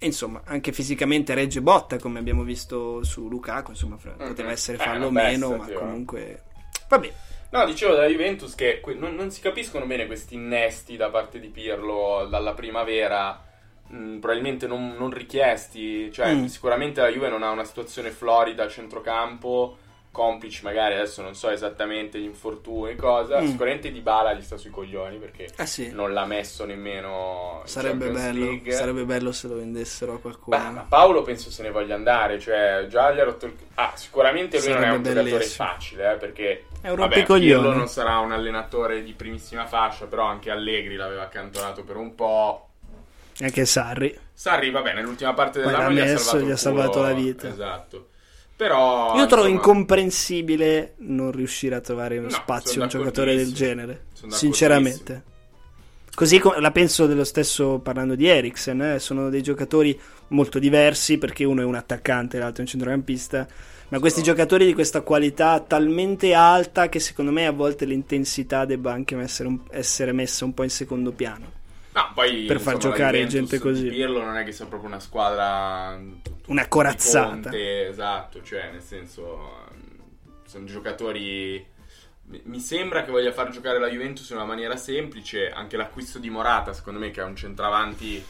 [SPEAKER 2] E Insomma, anche fisicamente regge botta, come abbiamo visto su Lukaku, insomma, fra-
[SPEAKER 1] Mhm.
[SPEAKER 2] poteva essere
[SPEAKER 1] Beh,
[SPEAKER 2] fallo o
[SPEAKER 1] una
[SPEAKER 2] meno,
[SPEAKER 1] bestia,
[SPEAKER 2] ma
[SPEAKER 1] tio, eh.
[SPEAKER 2] comunque... Vabbè,
[SPEAKER 1] No, dicevo della Juventus che que- non, non si capiscono bene questi innesti da parte di Pirlo dalla primavera, mh, probabilmente non, non richiesti, cioè
[SPEAKER 2] Mm.
[SPEAKER 1] sicuramente la Juve non ha una situazione florida a centrocampo, complici magari, adesso non so esattamente gli infortuni, cosa,
[SPEAKER 2] Mm.
[SPEAKER 1] sicuramente Di Bala gli sta sui coglioni perché
[SPEAKER 2] Eh sì,
[SPEAKER 1] non l'ha messo nemmeno in
[SPEAKER 2] sarebbe
[SPEAKER 1] Champions
[SPEAKER 2] bello,
[SPEAKER 1] League.
[SPEAKER 2] sarebbe bello se lo vendessero a qualcuno.
[SPEAKER 1] Bah, ma Paolo penso se ne voglia andare, cioè già gli ha rotto il... Ah, sicuramente lui non è un
[SPEAKER 2] Sarebbe
[SPEAKER 1] giocatore
[SPEAKER 2] bellissimo.
[SPEAKER 1] facile, eh, perché
[SPEAKER 2] È un
[SPEAKER 1] Vabbè, Pirlo
[SPEAKER 2] rompicoglione.
[SPEAKER 1] non sarà un allenatore di primissima fascia, però anche Allegri l'aveva accantonato per un po'.
[SPEAKER 2] Anche Sarri.
[SPEAKER 1] Sarri, va bene, nell'ultima parte
[SPEAKER 2] Poi
[SPEAKER 1] dell'anno
[SPEAKER 2] l'ha
[SPEAKER 1] gli ha
[SPEAKER 2] messo,
[SPEAKER 1] salvato,
[SPEAKER 2] gli
[SPEAKER 1] il
[SPEAKER 2] ha salvato
[SPEAKER 1] culo.
[SPEAKER 2] la vita.
[SPEAKER 1] Esatto. Però
[SPEAKER 2] Io trovo
[SPEAKER 1] insomma,
[SPEAKER 2] incomprensibile non riuscire a trovare uno
[SPEAKER 1] No,
[SPEAKER 2] spazio
[SPEAKER 1] sono
[SPEAKER 2] a un giocatore del
[SPEAKER 1] d'accordissimo.
[SPEAKER 2] genere.
[SPEAKER 1] Sono
[SPEAKER 2] Sinceramente. Così co- la penso dello stesso parlando di Eriksen. eh. Sono dei giocatori molto diversi perché uno è un attaccante, l'altro è un centrocampista. Ma questi
[SPEAKER 1] No.
[SPEAKER 2] giocatori di questa qualità talmente alta che secondo me a volte l'intensità debba anche essere, un- essere messa un po' in secondo piano.
[SPEAKER 1] no, poi,
[SPEAKER 2] per far
[SPEAKER 1] insomma, la
[SPEAKER 2] giocare
[SPEAKER 1] Juventus
[SPEAKER 2] gente così.
[SPEAKER 1] di Pirlo non è che sia proprio una squadra mm,
[SPEAKER 2] Una corazzata.
[SPEAKER 1] Di Conte, esatto, cioè nel senso ehm, sono giocatori mi mi sembra che voglia far giocare la Juventus in una maniera semplice, anche l'acquisto di Morata, secondo me che è un centravanti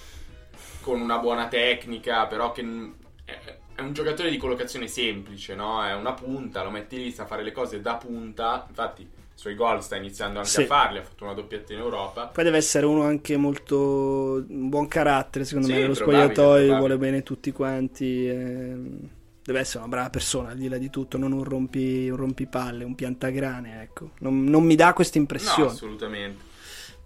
[SPEAKER 1] con una buona tecnica, però che n- è è un giocatore di collocazione semplice, no? È una punta, lo metti lì, sa fare le cose da punta, infatti i suoi gol sta iniziando anche
[SPEAKER 2] Sì.
[SPEAKER 1] a farli, ha fatto una doppietta in Europa.
[SPEAKER 2] Poi deve essere uno anche molto un buon carattere, secondo
[SPEAKER 1] Sì,
[SPEAKER 2] me, nello
[SPEAKER 1] probabile,
[SPEAKER 2] spogliatoio,
[SPEAKER 1] probabile.
[SPEAKER 2] vuole bene tutti quanti. ehm, Deve essere una brava persona, al di là di tutto, non un, rompi, un rompipalle, un piantagrane, ecco. Non, non mi dà questa
[SPEAKER 1] No,
[SPEAKER 2] impressione.
[SPEAKER 1] assolutamente.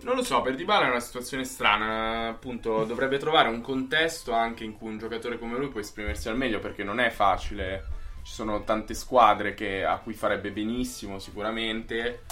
[SPEAKER 1] Non lo so, per Dybala è una situazione strana,
[SPEAKER 2] Mm.
[SPEAKER 1] appunto, dovrebbe trovare un contesto anche in cui un giocatore come lui può esprimersi al meglio perché non è facile. Ci sono tante squadre che- a cui farebbe benissimo sicuramente.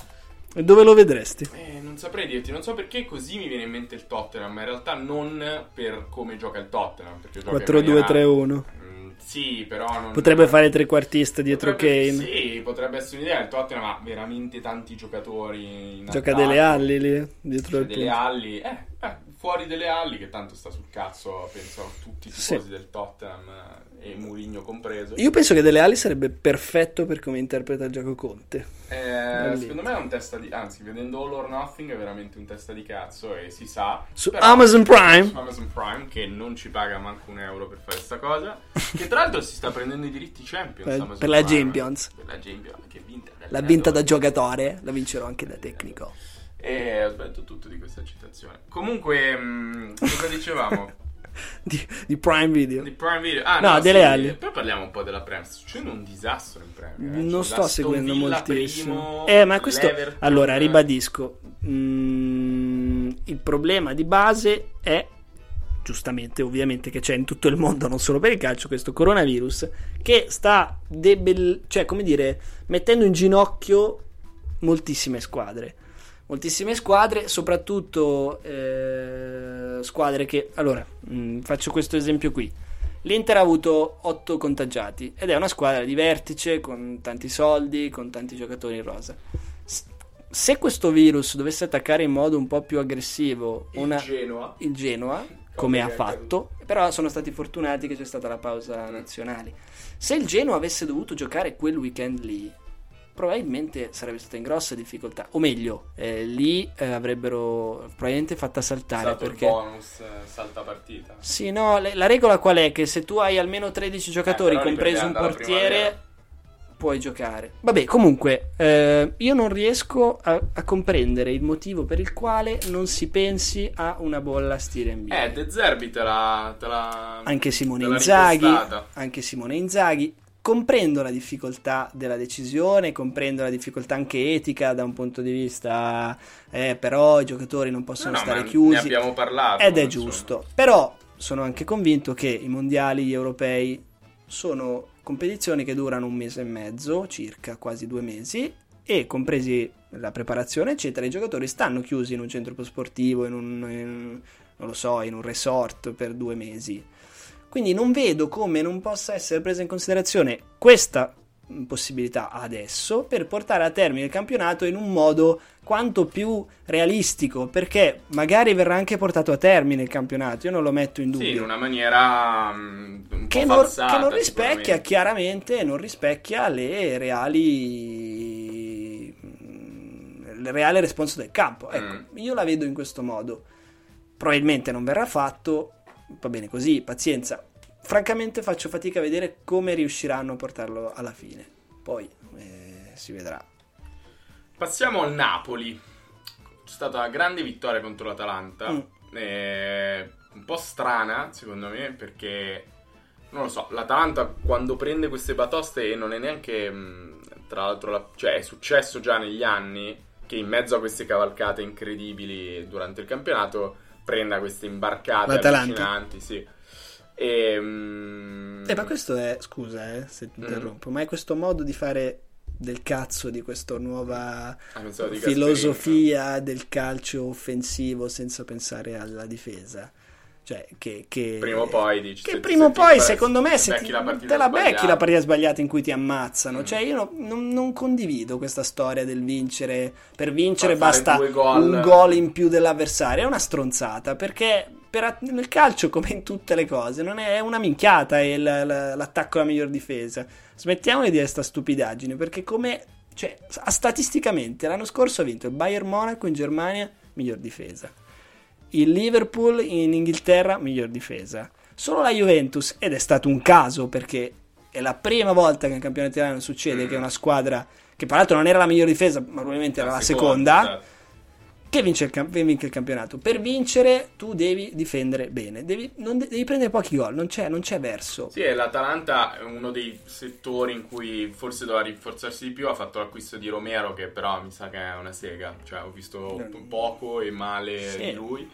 [SPEAKER 2] E Dove lo vedresti?
[SPEAKER 1] Eh, non saprei dirti, non so perché così mi viene in mente il Tottenham, ma in realtà non per come gioca il Tottenham, perché gioca in maniera-
[SPEAKER 2] 4-2-3-1.
[SPEAKER 1] Mm, sì, però non
[SPEAKER 2] Potrebbe fare trequartista dietro
[SPEAKER 1] potrebbe-
[SPEAKER 2] Kane.
[SPEAKER 1] Sì, potrebbe essere un'idea, il Tottenham ha veramente tanti giocatori in
[SPEAKER 2] Gioca
[SPEAKER 1] attacco.
[SPEAKER 2] delle ali lì, dietro
[SPEAKER 1] Cioè,
[SPEAKER 2] il
[SPEAKER 1] delle
[SPEAKER 2] punto.
[SPEAKER 1] alli, eh, eh, fuori delle alli che tanto sta sul cazzo, penso, a tutti i tifosi
[SPEAKER 2] Sì.
[SPEAKER 1] del Tottenham eh, e Murigno compreso.
[SPEAKER 2] Io penso che delle ali sarebbe perfetto per come interpreta il gioco Conte.
[SPEAKER 1] Eh, secondo
[SPEAKER 2] lì.
[SPEAKER 1] me è un testa di... anzi, vedendo All or Nothing è veramente un testa di cazzo e si sa...
[SPEAKER 2] Su
[SPEAKER 1] però-
[SPEAKER 2] Amazon Prime.
[SPEAKER 1] su Amazon Prime che non ci paga manco un euro per fare sta cosa, che tra l'altro si sta prendendo i diritti Champions
[SPEAKER 2] Per-
[SPEAKER 1] Amazon
[SPEAKER 2] per la
[SPEAKER 1] Prime, eh.
[SPEAKER 2] Champions.
[SPEAKER 1] Per la Champions, che è vinta. da
[SPEAKER 2] L'ha vinta da
[SPEAKER 1] allenatore.
[SPEAKER 2] giocatore, la vincerò anche da tecnico.
[SPEAKER 1] E ho sbagliato tutto di questa citazione. Comunque, mh, cosa dicevamo?
[SPEAKER 2] Di, di Prime Video.
[SPEAKER 1] Di Prime Video. Ah,
[SPEAKER 2] No,
[SPEAKER 1] no,
[SPEAKER 2] delle
[SPEAKER 1] sì,
[SPEAKER 2] ali.
[SPEAKER 1] Poi parliamo un po' della Premier. Sta succedendo un disastro in Premier. eh.
[SPEAKER 2] Non
[SPEAKER 1] Cioè,
[SPEAKER 2] sto
[SPEAKER 1] l'Aston
[SPEAKER 2] seguendo
[SPEAKER 1] Villa
[SPEAKER 2] moltissimo.
[SPEAKER 1] primo,
[SPEAKER 2] Eh, ma questo.
[SPEAKER 1] l'Everton-
[SPEAKER 2] Allora, ribadisco. mm, il problema di base è. Giustamente, ovviamente, che c'è in tutto il mondo, non solo per il calcio, questo coronavirus che sta debel- cioè, come dire, mettendo in ginocchio moltissime squadre. Moltissime squadre, soprattutto eh, squadre che. Allora, mm, faccio questo esempio qui. L'Inter ha avuto 8 contagiati ed è una squadra di vertice con tanti soldi, con tanti giocatori in rosa. S- Se questo virus dovesse attaccare in modo un po' più aggressivo
[SPEAKER 1] Il
[SPEAKER 2] una,
[SPEAKER 1] Genoa.
[SPEAKER 2] il Genoa, come
[SPEAKER 1] che
[SPEAKER 2] ha
[SPEAKER 1] è
[SPEAKER 2] fatto, però sono stati fortunati che c'è stata la pausa nazionale. Se il Genoa avesse dovuto giocare quel weekend lì, probabilmente sarebbe stata in grossa difficoltà, o meglio, eh, lì eh, avrebbero probabilmente fatta saltare
[SPEAKER 1] Stato
[SPEAKER 2] perché...
[SPEAKER 1] il bonus eh, salta partita.
[SPEAKER 2] Sì, no, le- la regola qual è? Che se tu hai almeno 13 giocatori,
[SPEAKER 1] Eh, però li
[SPEAKER 2] compreso un
[SPEAKER 1] prendi alla
[SPEAKER 2] portiere,
[SPEAKER 1] primavera.
[SPEAKER 2] puoi giocare. Vabbè, comunque, eh, io non riesco a, a comprendere il motivo per il quale non si pensi a una bolla stile NBA.
[SPEAKER 1] Eh, De Zerbi te la... Te la
[SPEAKER 2] anche Simone
[SPEAKER 1] te l'ha
[SPEAKER 2] Inzaghi,
[SPEAKER 1] ripostata.
[SPEAKER 2] anche Simone Inzaghi. Comprendo la difficoltà della decisione, comprendo la difficoltà anche etica da un punto di vista, eh, però i giocatori non
[SPEAKER 1] No,
[SPEAKER 2] possono
[SPEAKER 1] no,
[SPEAKER 2] stare
[SPEAKER 1] ma
[SPEAKER 2] chiusi.
[SPEAKER 1] Ne abbiamo parlato.
[SPEAKER 2] Ed è
[SPEAKER 1] insomma.
[SPEAKER 2] giusto, però sono anche convinto che i mondiali gli europei sono competizioni che durano un mese e mezzo, circa quasi due mesi, e compresi la preparazione, eccetera, i giocatori stanno chiusi in un centro sportivo, in un, in- non lo so, in un resort per due mesi. Quindi non vedo come non possa essere presa in considerazione questa mh, possibilità adesso per portare a termine il campionato in un modo quanto più realistico, perché magari verrà anche portato a termine il campionato, io non lo metto in dubbio.
[SPEAKER 1] Sì, in una maniera... mm, un
[SPEAKER 2] che,
[SPEAKER 1] po'
[SPEAKER 2] non,
[SPEAKER 1] falsata,
[SPEAKER 2] che non rispecchia
[SPEAKER 1] sicuramente.
[SPEAKER 2] chiaramente, non rispecchia le reali mm, il reale responso del campo.
[SPEAKER 1] Mm.
[SPEAKER 2] Ecco, io la vedo in questo modo. Probabilmente non verrà fatto, va bene così, pazienza. Francamente faccio fatica a vedere come riusciranno a portarlo alla fine. Poi eh, si vedrà.
[SPEAKER 1] Passiamo al Napoli. C'è stata una grande vittoria contro l'Atalanta.
[SPEAKER 2] Mm.
[SPEAKER 1] Eh, un po' strana, secondo me, perché non lo so, l'Atalanta quando prende queste batoste e non è neanche mh, tra l'altro la- cioè è successo già negli anni che in mezzo a queste cavalcate incredibili durante il campionato prenda queste imbarcate
[SPEAKER 2] L'Atalanta.
[SPEAKER 1] allucinanti, sì. E, mm, mh,
[SPEAKER 2] Eh, ma questo è, scusa eh, se ti
[SPEAKER 1] Mm.
[SPEAKER 2] interrompo, ma è questo modo di fare del cazzo di questa nuova
[SPEAKER 1] ah, pensavo di Gasperini.
[SPEAKER 2] filosofia del calcio offensivo senza pensare alla difesa. Cioè, che, che-
[SPEAKER 1] Prima o poi dici se
[SPEAKER 2] Che
[SPEAKER 1] ti
[SPEAKER 2] prima o
[SPEAKER 1] senti
[SPEAKER 2] poi,
[SPEAKER 1] impress-
[SPEAKER 2] secondo me, se
[SPEAKER 1] becchi
[SPEAKER 2] ti-
[SPEAKER 1] la partita
[SPEAKER 2] te la becchi
[SPEAKER 1] sbagliata.
[SPEAKER 2] la partita sbagliata in cui ti ammazzano.
[SPEAKER 1] Mm.
[SPEAKER 2] Cioè, io no- non, non condivido questa storia del vincere. Per vincere
[SPEAKER 1] Far fare
[SPEAKER 2] basta
[SPEAKER 1] due gol.
[SPEAKER 2] un gol in più dell'avversario. È una stronzata perché. per att- nel calcio, come in tutte le cose, non è è una minchiata è il- la- l'attacco alla miglior difesa. Smettiamo di dire sta stupidaggine, perché come cioè, a- statisticamente l'anno scorso ha vinto il Bayern Monaco in Germania, miglior difesa. Il Liverpool in Inghilterra, miglior difesa. Solo la Juventus, ed è stato un caso perché è la prima volta che in campionato italiano succede
[SPEAKER 1] Mm.
[SPEAKER 2] che una squadra, che peraltro non era la miglior difesa, ma probabilmente era la seconda,
[SPEAKER 1] esatto.
[SPEAKER 2] che vince il, camp- vince il campionato. Per vincere tu devi difendere bene, devi, non de- devi prendere pochi gol, non c'è, non c'è verso.
[SPEAKER 1] Sì, e l'Atalanta è uno dei settori in cui forse doveva rinforzarsi di più. Ha fatto l'acquisto di Romero, che però mi sa che è una sega. Cioè, ho visto p- poco e male
[SPEAKER 2] Sì.
[SPEAKER 1] di lui.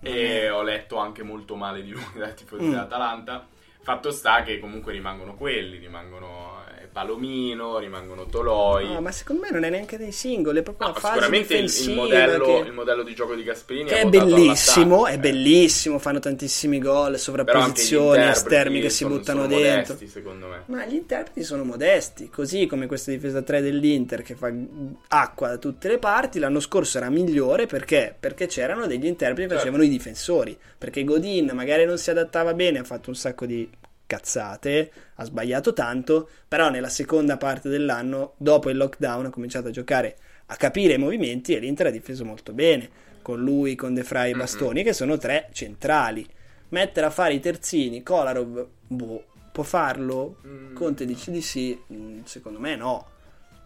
[SPEAKER 1] E ho letto anche molto male di lui dai tifosi
[SPEAKER 2] Mm.
[SPEAKER 1] dell'Atalanta. Fatto sta che comunque rimangono quelli, rimangono eh, Palomino, rimangono Toloi.
[SPEAKER 2] No, Ah, ma secondo me non è neanche dei singoli, è proprio
[SPEAKER 1] No,
[SPEAKER 2] una fase
[SPEAKER 1] sicuramente il- il,
[SPEAKER 2] difensiva
[SPEAKER 1] modello,
[SPEAKER 2] che-
[SPEAKER 1] il modello di gioco di Gasperini
[SPEAKER 2] Che
[SPEAKER 1] ha
[SPEAKER 2] è
[SPEAKER 1] votato
[SPEAKER 2] bellissimo,
[SPEAKER 1] all'attacco,
[SPEAKER 2] è
[SPEAKER 1] eh.
[SPEAKER 2] bellissimo, fanno tantissimi gol,
[SPEAKER 1] Però anche gli
[SPEAKER 2] sovrapposizioni,
[SPEAKER 1] interpreti
[SPEAKER 2] esterni che si
[SPEAKER 1] sono-
[SPEAKER 2] buttano
[SPEAKER 1] sono
[SPEAKER 2] dentro.
[SPEAKER 1] modesti, secondo me.
[SPEAKER 2] Ma gli interpreti sono modesti, così come questa difesa 3 dell'Inter che fa acqua da tutte le parti, l'anno scorso era migliore perché? Perché c'erano degli interpreti che
[SPEAKER 1] Certo.
[SPEAKER 2] facevano i difensori, perché Godin magari non si adattava bene, ha fatto un sacco di cazzate, ha sbagliato tanto, però nella seconda parte dell'anno, dopo il lockdown, ha cominciato a giocare, a capire i movimenti e l'Inter ha difeso molto bene, con lui, con De Frey e
[SPEAKER 1] Mm-mm.
[SPEAKER 2] Bastoni, che sono tre centrali. Mettere a fare i terzini, Kolarov, boh, può farlo?
[SPEAKER 1] Mm.
[SPEAKER 2] Conte dice di sì, mm, secondo me no,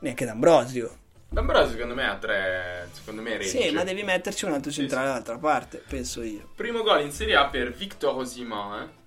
[SPEAKER 2] neanche D'Ambrosio.
[SPEAKER 1] D'Ambrosio secondo me ha tre, secondo me regge.
[SPEAKER 2] Sì, ma devi metterci un altro
[SPEAKER 1] Sì,
[SPEAKER 2] centrale dall'altra parte, penso io.
[SPEAKER 1] Primo gol in Serie A per Victor Osimhen, eh.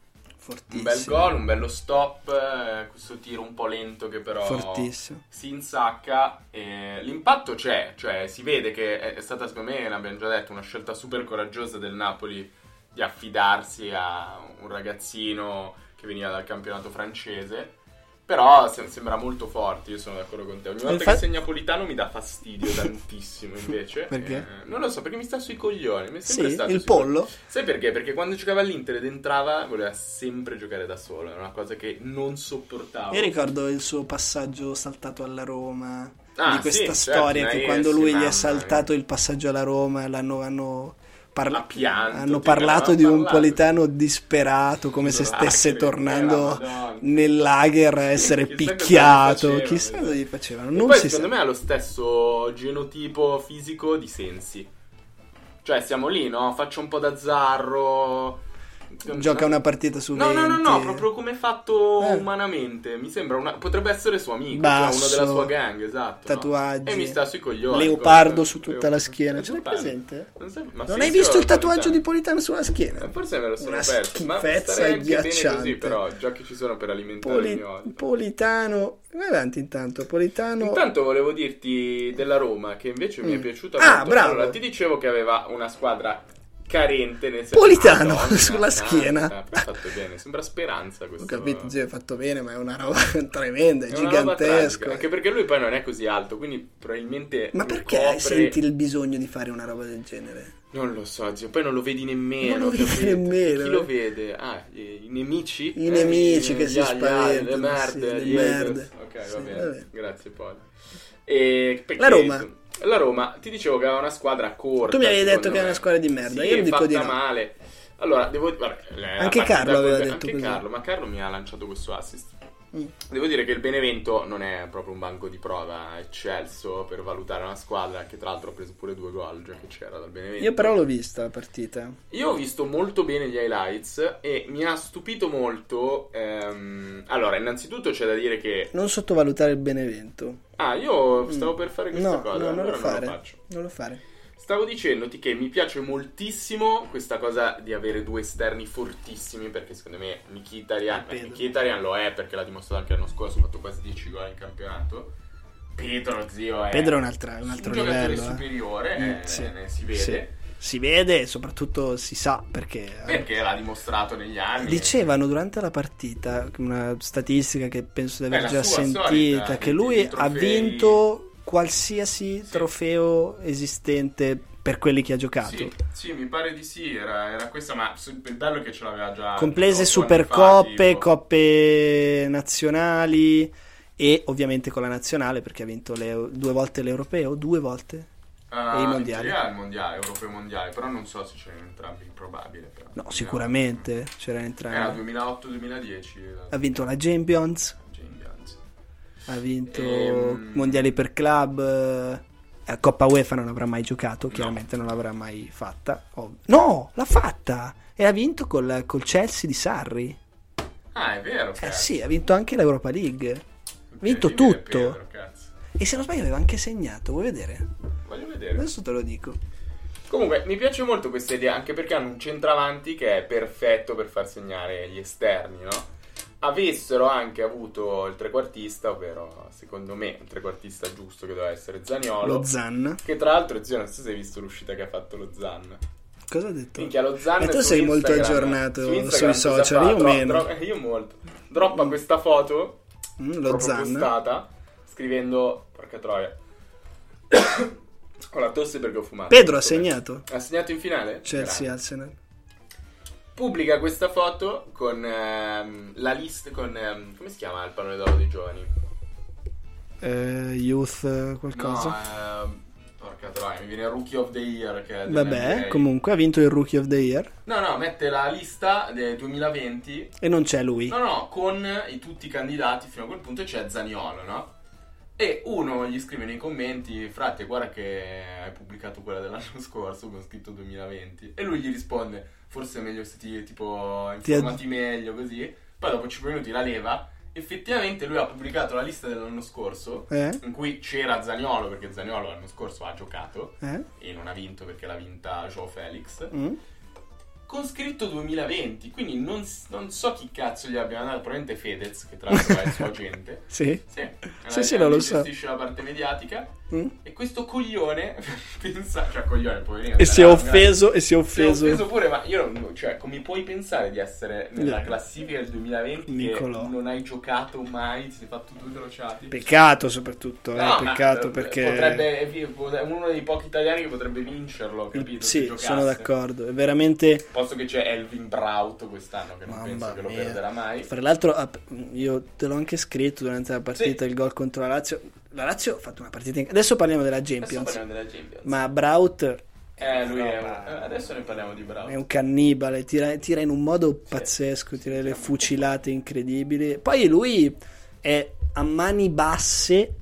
[SPEAKER 2] Fortissimo.
[SPEAKER 1] Un bel gol, un bello stop, eh, questo tiro un po' lento che però
[SPEAKER 2] Fortissimo.
[SPEAKER 1] si insacca. eh, l'impatto c'è, cioè si vede che è, è stata secondo me, l'abbiamo già detto, una scelta super coraggiosa del Napoli di affidarsi a un ragazzino che veniva dal campionato francese. Però se- sembra molto forte, io sono d'accordo con te. Ogni volta che
[SPEAKER 2] Infa-
[SPEAKER 1] segna Politano mi dà fastidio tantissimo invece.
[SPEAKER 2] Perché?
[SPEAKER 1] Eh, non lo so, perché mi sta sui coglioni. Mi è
[SPEAKER 2] Sì,
[SPEAKER 1] sempre stato
[SPEAKER 2] il
[SPEAKER 1] sui coglioni.
[SPEAKER 2] pollo?
[SPEAKER 1] Sai perché? Perché quando giocava all'Inter ed entrava voleva sempre giocare da solo, era una cosa che non sopportavo.
[SPEAKER 2] Io ricordo il suo passaggio saltato alla Roma,
[SPEAKER 1] Ah,
[SPEAKER 2] di questa
[SPEAKER 1] sì, certo,
[SPEAKER 2] storia
[SPEAKER 1] Nair,
[SPEAKER 2] che quando
[SPEAKER 1] sì,
[SPEAKER 2] lui gli
[SPEAKER 1] mamma
[SPEAKER 2] è saltato
[SPEAKER 1] mia.
[SPEAKER 2] il passaggio alla Roma l'hanno hanno parla-
[SPEAKER 1] Ha pianto,
[SPEAKER 2] hanno
[SPEAKER 1] ti
[SPEAKER 2] parlato
[SPEAKER 1] avevano
[SPEAKER 2] di un
[SPEAKER 1] parlato.
[SPEAKER 2] politano disperato, come se
[SPEAKER 1] Lacrime,
[SPEAKER 2] stesse tornando
[SPEAKER 1] eh, la Madonna.
[SPEAKER 2] nel lager a essere
[SPEAKER 1] Chissà cosa gli
[SPEAKER 2] picchiato,
[SPEAKER 1] facevano,
[SPEAKER 2] chissà
[SPEAKER 1] esatto.
[SPEAKER 2] cosa gli facevano,
[SPEAKER 1] E
[SPEAKER 2] non
[SPEAKER 1] poi
[SPEAKER 2] si sa.
[SPEAKER 1] secondo me ha lo stesso genotipo fisico di Sensi. Cioè siamo lì, no? Faccio un po' da zarro.
[SPEAKER 2] Gioca una partita su
[SPEAKER 1] No,
[SPEAKER 2] 20.
[SPEAKER 1] no, no, no, proprio come è fatto
[SPEAKER 2] Eh.
[SPEAKER 1] umanamente. Mi sembra una... Potrebbe essere suo amico,
[SPEAKER 2] Basso,
[SPEAKER 1] cioè uno della sua gang, esatto. no?
[SPEAKER 2] tatuaggi.
[SPEAKER 1] E mi sta sui coglioni.
[SPEAKER 2] Leopardo
[SPEAKER 1] cosa-
[SPEAKER 2] su tutta la schiena, ce l'hai
[SPEAKER 1] ecco, Leopardo.
[SPEAKER 2] presente?
[SPEAKER 1] Non, sai- ma
[SPEAKER 2] Non
[SPEAKER 1] sì,
[SPEAKER 2] hai
[SPEAKER 1] sì,
[SPEAKER 2] visto
[SPEAKER 1] ho
[SPEAKER 2] il tatuaggio
[SPEAKER 1] presente.
[SPEAKER 2] di Politano sulla schiena?
[SPEAKER 1] Eh, Forse me lo sono
[SPEAKER 2] Una
[SPEAKER 1] perso. Ma
[SPEAKER 2] schifezza
[SPEAKER 1] starei anche bene
[SPEAKER 2] agghiacciante.
[SPEAKER 1] così, però, già che ci sono per alimentare il
[SPEAKER 2] Poli-
[SPEAKER 1] mio odio.
[SPEAKER 2] Politano, vai avanti intanto, Politano.
[SPEAKER 1] Intanto volevo dirti della Roma, che invece mi è
[SPEAKER 2] Mm.
[SPEAKER 1] piaciuta
[SPEAKER 2] Ah,
[SPEAKER 1] molto.
[SPEAKER 2] bravo.
[SPEAKER 1] Allora, ti dicevo che aveva una squadra carente nel senso
[SPEAKER 2] Politano,
[SPEAKER 1] Madonna,
[SPEAKER 2] sulla schiena.
[SPEAKER 1] santa, però ha fatto bene, sembra speranza questo.
[SPEAKER 2] Ho capito, zio, hai fatto bene, ma è una roba tremenda, è,
[SPEAKER 1] È una roba tragica,
[SPEAKER 2] gigantesco.
[SPEAKER 1] Anche perché lui poi non è così alto, quindi probabilmente
[SPEAKER 2] Ma
[SPEAKER 1] lo
[SPEAKER 2] perché
[SPEAKER 1] copre-
[SPEAKER 2] senti il bisogno di fare una roba del genere?
[SPEAKER 1] Non lo so, zio, poi non lo vedi nemmeno.
[SPEAKER 2] Non lo vedi
[SPEAKER 1] capito?
[SPEAKER 2] nemmeno,
[SPEAKER 1] Chi
[SPEAKER 2] eh.
[SPEAKER 1] lo vede? Ah, i i nemici?
[SPEAKER 2] I nemici
[SPEAKER 1] gli-
[SPEAKER 2] che
[SPEAKER 1] gli-
[SPEAKER 2] si
[SPEAKER 1] gli-
[SPEAKER 2] spaventano,
[SPEAKER 1] Le
[SPEAKER 2] sì,
[SPEAKER 1] merde,
[SPEAKER 2] le
[SPEAKER 1] gli haters.
[SPEAKER 2] merde.
[SPEAKER 1] Ok,
[SPEAKER 2] Sì,
[SPEAKER 1] va bene.
[SPEAKER 2] vabbè.
[SPEAKER 1] Grazie, poi. E perché-
[SPEAKER 2] La Roma.
[SPEAKER 1] La Roma, ti dicevo che aveva una squadra corta.
[SPEAKER 2] Tu mi avevi
[SPEAKER 1] secondo
[SPEAKER 2] detto che era
[SPEAKER 1] me.
[SPEAKER 2] una squadra di merda,
[SPEAKER 1] Sì,
[SPEAKER 2] io dico
[SPEAKER 1] fatta
[SPEAKER 2] di no.
[SPEAKER 1] male. Allora, devo vabbè, la
[SPEAKER 2] Anche
[SPEAKER 1] partita
[SPEAKER 2] Carlo aveva
[SPEAKER 1] con-
[SPEAKER 2] detto
[SPEAKER 1] anche
[SPEAKER 2] così.
[SPEAKER 1] Carlo, ma Carlo mi ha lanciato questo assist.
[SPEAKER 2] Mm.
[SPEAKER 1] Devo dire che il Benevento non è proprio un banco di prova eccelso per valutare una squadra che tra l'altro ha preso pure due gol già che c'era dal Benevento.
[SPEAKER 2] Io però l'ho vista la partita.
[SPEAKER 1] Io ho visto molto bene gli highlights e mi ha stupito molto. ehm, allora, innanzitutto c'è da dire che...
[SPEAKER 2] Non sottovalutare il Benevento.
[SPEAKER 1] Ah, io stavo per fare questa
[SPEAKER 2] no,
[SPEAKER 1] cosa,
[SPEAKER 2] no, non lo
[SPEAKER 1] allora non
[SPEAKER 2] fare.
[SPEAKER 1] la faccio. Eh,
[SPEAKER 2] Non lo fare.
[SPEAKER 1] Stavo dicendoti che mi piace moltissimo questa cosa di avere due esterni fortissimi, perché secondo me Mkhitaryan, beh,
[SPEAKER 2] Pedro.
[SPEAKER 1] Mkhitaryan lo è perché l'ha dimostrato anche l'anno scorso, ha fatto quasi 10 gol in campionato. Pedro, zio, è
[SPEAKER 2] Pedro è un'altra- un
[SPEAKER 1] un
[SPEAKER 2] altro
[SPEAKER 1] giocatore
[SPEAKER 2] livello. eh.
[SPEAKER 1] superiore,
[SPEAKER 2] Mm,
[SPEAKER 1] eh,
[SPEAKER 2] sì,
[SPEAKER 1] ne si vede,
[SPEAKER 2] sì. Si vede e soprattutto si sa perché. eh,
[SPEAKER 1] perché l'ha dimostrato negli anni.
[SPEAKER 2] Dicevano durante la partita una statistica che penso di
[SPEAKER 1] È
[SPEAKER 2] aver
[SPEAKER 1] la
[SPEAKER 2] già
[SPEAKER 1] sua
[SPEAKER 2] sentita
[SPEAKER 1] solita,
[SPEAKER 2] che
[SPEAKER 1] di-
[SPEAKER 2] lui
[SPEAKER 1] di
[SPEAKER 2] ha
[SPEAKER 1] trofei.
[SPEAKER 2] vinto qualsiasi
[SPEAKER 1] Sì.
[SPEAKER 2] trofeo esistente per quelli che ha giocato.
[SPEAKER 1] Sì, sì, mi pare di sì, era, era questa, ma su- il bello è che ce l'aveva già... otto
[SPEAKER 2] Comprese
[SPEAKER 1] anni fa,
[SPEAKER 2] supercoppe,
[SPEAKER 1] tipo.
[SPEAKER 2] coppe nazionali e ovviamente con la nazionale perché ha vinto le- due volte l'europeo, due volte.
[SPEAKER 1] Ah,
[SPEAKER 2] E i
[SPEAKER 1] in
[SPEAKER 2] mondiali.
[SPEAKER 1] teoria il mondiale, europeo e mondiale, però non so se c'erano entrambi, improbabile. Però.
[SPEAKER 2] No, sicuramente
[SPEAKER 1] Era
[SPEAKER 2] c'erano
[SPEAKER 1] eh,
[SPEAKER 2] entrambi.
[SPEAKER 1] 2008-2010. la-
[SPEAKER 2] Ha vinto la Champions,
[SPEAKER 1] Champions.
[SPEAKER 2] ha vinto
[SPEAKER 1] Ehm.
[SPEAKER 2] mondiali per club, eh, Coppa UEFA non avrà mai giocato, chiaramente non l'avrà mai fatta. ov- No, l'ha fatta e ha vinto col, col Chelsea di Sarri.
[SPEAKER 1] Ah, è vero.
[SPEAKER 2] Eh
[SPEAKER 1] cazzo.
[SPEAKER 2] sì, ha vinto anche l'Europa League. vinto
[SPEAKER 1] Incredibile,
[SPEAKER 2] tutto.
[SPEAKER 1] Pedro, cazzo.
[SPEAKER 2] E se non sbaglio aveva anche segnato, vuoi vedere?
[SPEAKER 1] Voglio vedere.
[SPEAKER 2] Adesso te lo dico.
[SPEAKER 1] Comunque, mi piace molto questa idea, anche perché hanno un centravanti che è perfetto per far segnare gli esterni, no? Avessero anche avuto il trequartista, ovvero, secondo me, il trequartista giusto che doveva essere Zaniolo.
[SPEAKER 2] Lo Zan.
[SPEAKER 1] che tra l'altro, zio, non so se hai visto l'uscita che ha fatto lo Zan.
[SPEAKER 2] Cosa ha detto?
[SPEAKER 1] Minchia, lo Zan
[SPEAKER 2] E tu
[SPEAKER 1] su
[SPEAKER 2] sei molto
[SPEAKER 1] Instagram-
[SPEAKER 2] aggiornato
[SPEAKER 1] su Instagram
[SPEAKER 2] sui
[SPEAKER 1] cosa
[SPEAKER 2] social,
[SPEAKER 1] fa?
[SPEAKER 2] io
[SPEAKER 1] Dro-
[SPEAKER 2] meno.
[SPEAKER 1] dro- eh, io molto. Droppa questa foto,
[SPEAKER 2] Mm, lo
[SPEAKER 1] proprio
[SPEAKER 2] Zan.
[SPEAKER 1] postata, scrivendo... Porca troia. Ho la tosse perché ho fumato.
[SPEAKER 2] Pedro ha
[SPEAKER 1] Sto bene.
[SPEAKER 2] segnato.
[SPEAKER 1] Ha segnato in finale?
[SPEAKER 2] Chelsea
[SPEAKER 1] Grazie.
[SPEAKER 2] Arsenal.
[SPEAKER 1] Pubblica questa foto con ehm, la lista, con... ehm, come si chiama il pallone d'oro dei giovani?
[SPEAKER 2] Eh, youth eh, qualcosa.
[SPEAKER 1] No, ehm, porca troia, mi viene Rookie of the Year che è
[SPEAKER 2] Vabbè,
[SPEAKER 1] dell'NBA.
[SPEAKER 2] comunque ha vinto il Rookie of the Year
[SPEAKER 1] No, no, mette la lista del 2020
[SPEAKER 2] e non c'è lui.
[SPEAKER 1] No, no, con i- tutti i candidati fino a quel punto c'è Zaniolo, no? E uno gli scrive nei commenti, frate, guarda che hai pubblicato quella dell'anno scorso con scritto 2020. E lui gli risponde, forse è meglio se ti, tipo,
[SPEAKER 2] Ti ad-
[SPEAKER 1] informati meglio, così. Poi dopo 5 minuti la leva. Effettivamente lui ha pubblicato la lista dell'anno scorso,
[SPEAKER 2] Eh?
[SPEAKER 1] in cui c'era Zaniolo, perché Zaniolo l'anno scorso ha giocato
[SPEAKER 2] Eh?
[SPEAKER 1] e non ha vinto perché l'ha vinta Joe Felix
[SPEAKER 2] Mm?
[SPEAKER 1] con scritto 2020, quindi non, s- non so chi cazzo gli abbia mandato, probabilmente Fedez, che tra l'altro è il suo agente.
[SPEAKER 2] Sì.
[SPEAKER 1] Sì, è
[SPEAKER 2] Sì,
[SPEAKER 1] la-
[SPEAKER 2] sì, no, lo so.
[SPEAKER 1] Gestisce la parte mediatica
[SPEAKER 2] Mm?
[SPEAKER 1] e questo coglione pensa, cioè coglione, poverino.
[SPEAKER 2] E si è
[SPEAKER 1] era-
[SPEAKER 2] offeso e si è
[SPEAKER 1] Si è offeso
[SPEAKER 2] offeso.
[SPEAKER 1] pure, ma io non, cioè, come puoi pensare di essere nella
[SPEAKER 2] Eh.
[SPEAKER 1] classifica del 2020
[SPEAKER 2] Nicolò.
[SPEAKER 1] che non hai giocato mai, ti sei fatto due crociati?
[SPEAKER 2] Peccato soprattutto, eh,
[SPEAKER 1] No, ma,
[SPEAKER 2] peccato
[SPEAKER 1] eh,
[SPEAKER 2] perché
[SPEAKER 1] potrebbe, è vi- è uno dei pochi italiani che potrebbe vincerlo, capito? se
[SPEAKER 2] Sì,
[SPEAKER 1] giocasse.
[SPEAKER 2] sono d'accordo, è veramente
[SPEAKER 1] Posto che c'è Elvin Braut quest'anno, che non
[SPEAKER 2] Mamma
[SPEAKER 1] penso che lo
[SPEAKER 2] mia.
[SPEAKER 1] perderà mai.
[SPEAKER 2] Fra l'altro, ah, io te l'ho anche scritto durante la partita il gol contro la Lazio. La Lazio ha fatto una partita. in- Adesso parliamo della
[SPEAKER 1] Adesso
[SPEAKER 2] Champions.
[SPEAKER 1] parliamo della Champions.
[SPEAKER 2] Ma Braut
[SPEAKER 1] Eh, lui è un...
[SPEAKER 2] No, ma-
[SPEAKER 1] eh, Adesso ne parliamo di Braut.
[SPEAKER 2] è un cannibale, tira, tira in un modo pazzesco, tira delle fucilate incredibili. Poi lui è a mani basse,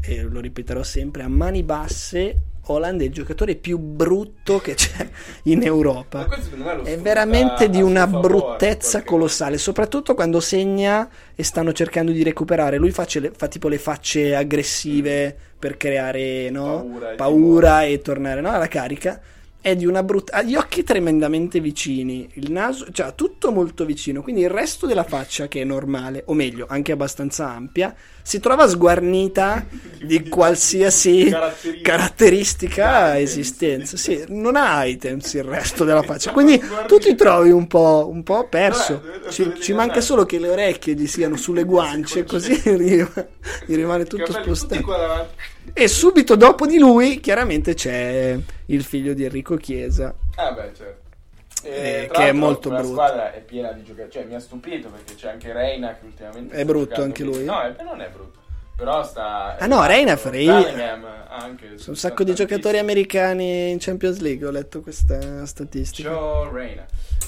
[SPEAKER 2] e lo ripeterò sempre, a mani basse, Holland è il giocatore più brutto che c'è in
[SPEAKER 1] Ma
[SPEAKER 2] Europa.
[SPEAKER 1] questo secondo me lo
[SPEAKER 2] È
[SPEAKER 1] sfrutta
[SPEAKER 2] veramente di
[SPEAKER 1] a suo
[SPEAKER 2] una
[SPEAKER 1] favore,
[SPEAKER 2] bruttezza
[SPEAKER 1] qualche-
[SPEAKER 2] colossale, soprattutto quando segna e stanno cercando di recuperare. Lui face- le- fa tipo le facce aggressive per creare no?
[SPEAKER 1] Mm. Paura e
[SPEAKER 2] paura e tornare no? alla carica. È di una brutta. Ha gli occhi tremendamente vicini, il naso, cioè tutto molto vicino. Quindi il resto della faccia, che è normale, o meglio, anche abbastanza ampia, si trova sguarnita di qualsiasi
[SPEAKER 1] Caratteristica.
[SPEAKER 2] caratteristica
[SPEAKER 1] Items.
[SPEAKER 2] esistenza. Sì, non ha items il resto della faccia. Quindi tu ti trovi un po', un po perso.
[SPEAKER 1] Vabbè, dove-
[SPEAKER 2] Ci,
[SPEAKER 1] dove
[SPEAKER 2] ci
[SPEAKER 1] devi
[SPEAKER 2] manca
[SPEAKER 1] andare?
[SPEAKER 2] solo che le orecchie gli siano sulle guance, così gli rim- gli rimane
[SPEAKER 1] I
[SPEAKER 2] tutto
[SPEAKER 1] capelli tutti
[SPEAKER 2] spostato.
[SPEAKER 1] qua davanti.
[SPEAKER 2] E subito dopo di lui, chiaramente, c'è il figlio di Enrico Chiesa.
[SPEAKER 1] Ah beh, certo. E,
[SPEAKER 2] Eh,
[SPEAKER 1] tra
[SPEAKER 2] che è
[SPEAKER 1] l'altro
[SPEAKER 2] molto
[SPEAKER 1] quella
[SPEAKER 2] brutto.
[SPEAKER 1] squadra è piena di giocatori. Cioè, mi ha stupito perché c'è anche Reina che ultimamente.
[SPEAKER 2] È
[SPEAKER 1] sta
[SPEAKER 2] brutto
[SPEAKER 1] giocando
[SPEAKER 2] anche
[SPEAKER 1] bene.
[SPEAKER 2] lui?
[SPEAKER 1] No, è- non è brutto. Però sta. eh,
[SPEAKER 2] Ah, no, Reina farei io.
[SPEAKER 1] Bellingham anche.
[SPEAKER 2] Sono un sacco di giocatori americani in Champions League, ho letto questa statistica.
[SPEAKER 1] Joe Reina.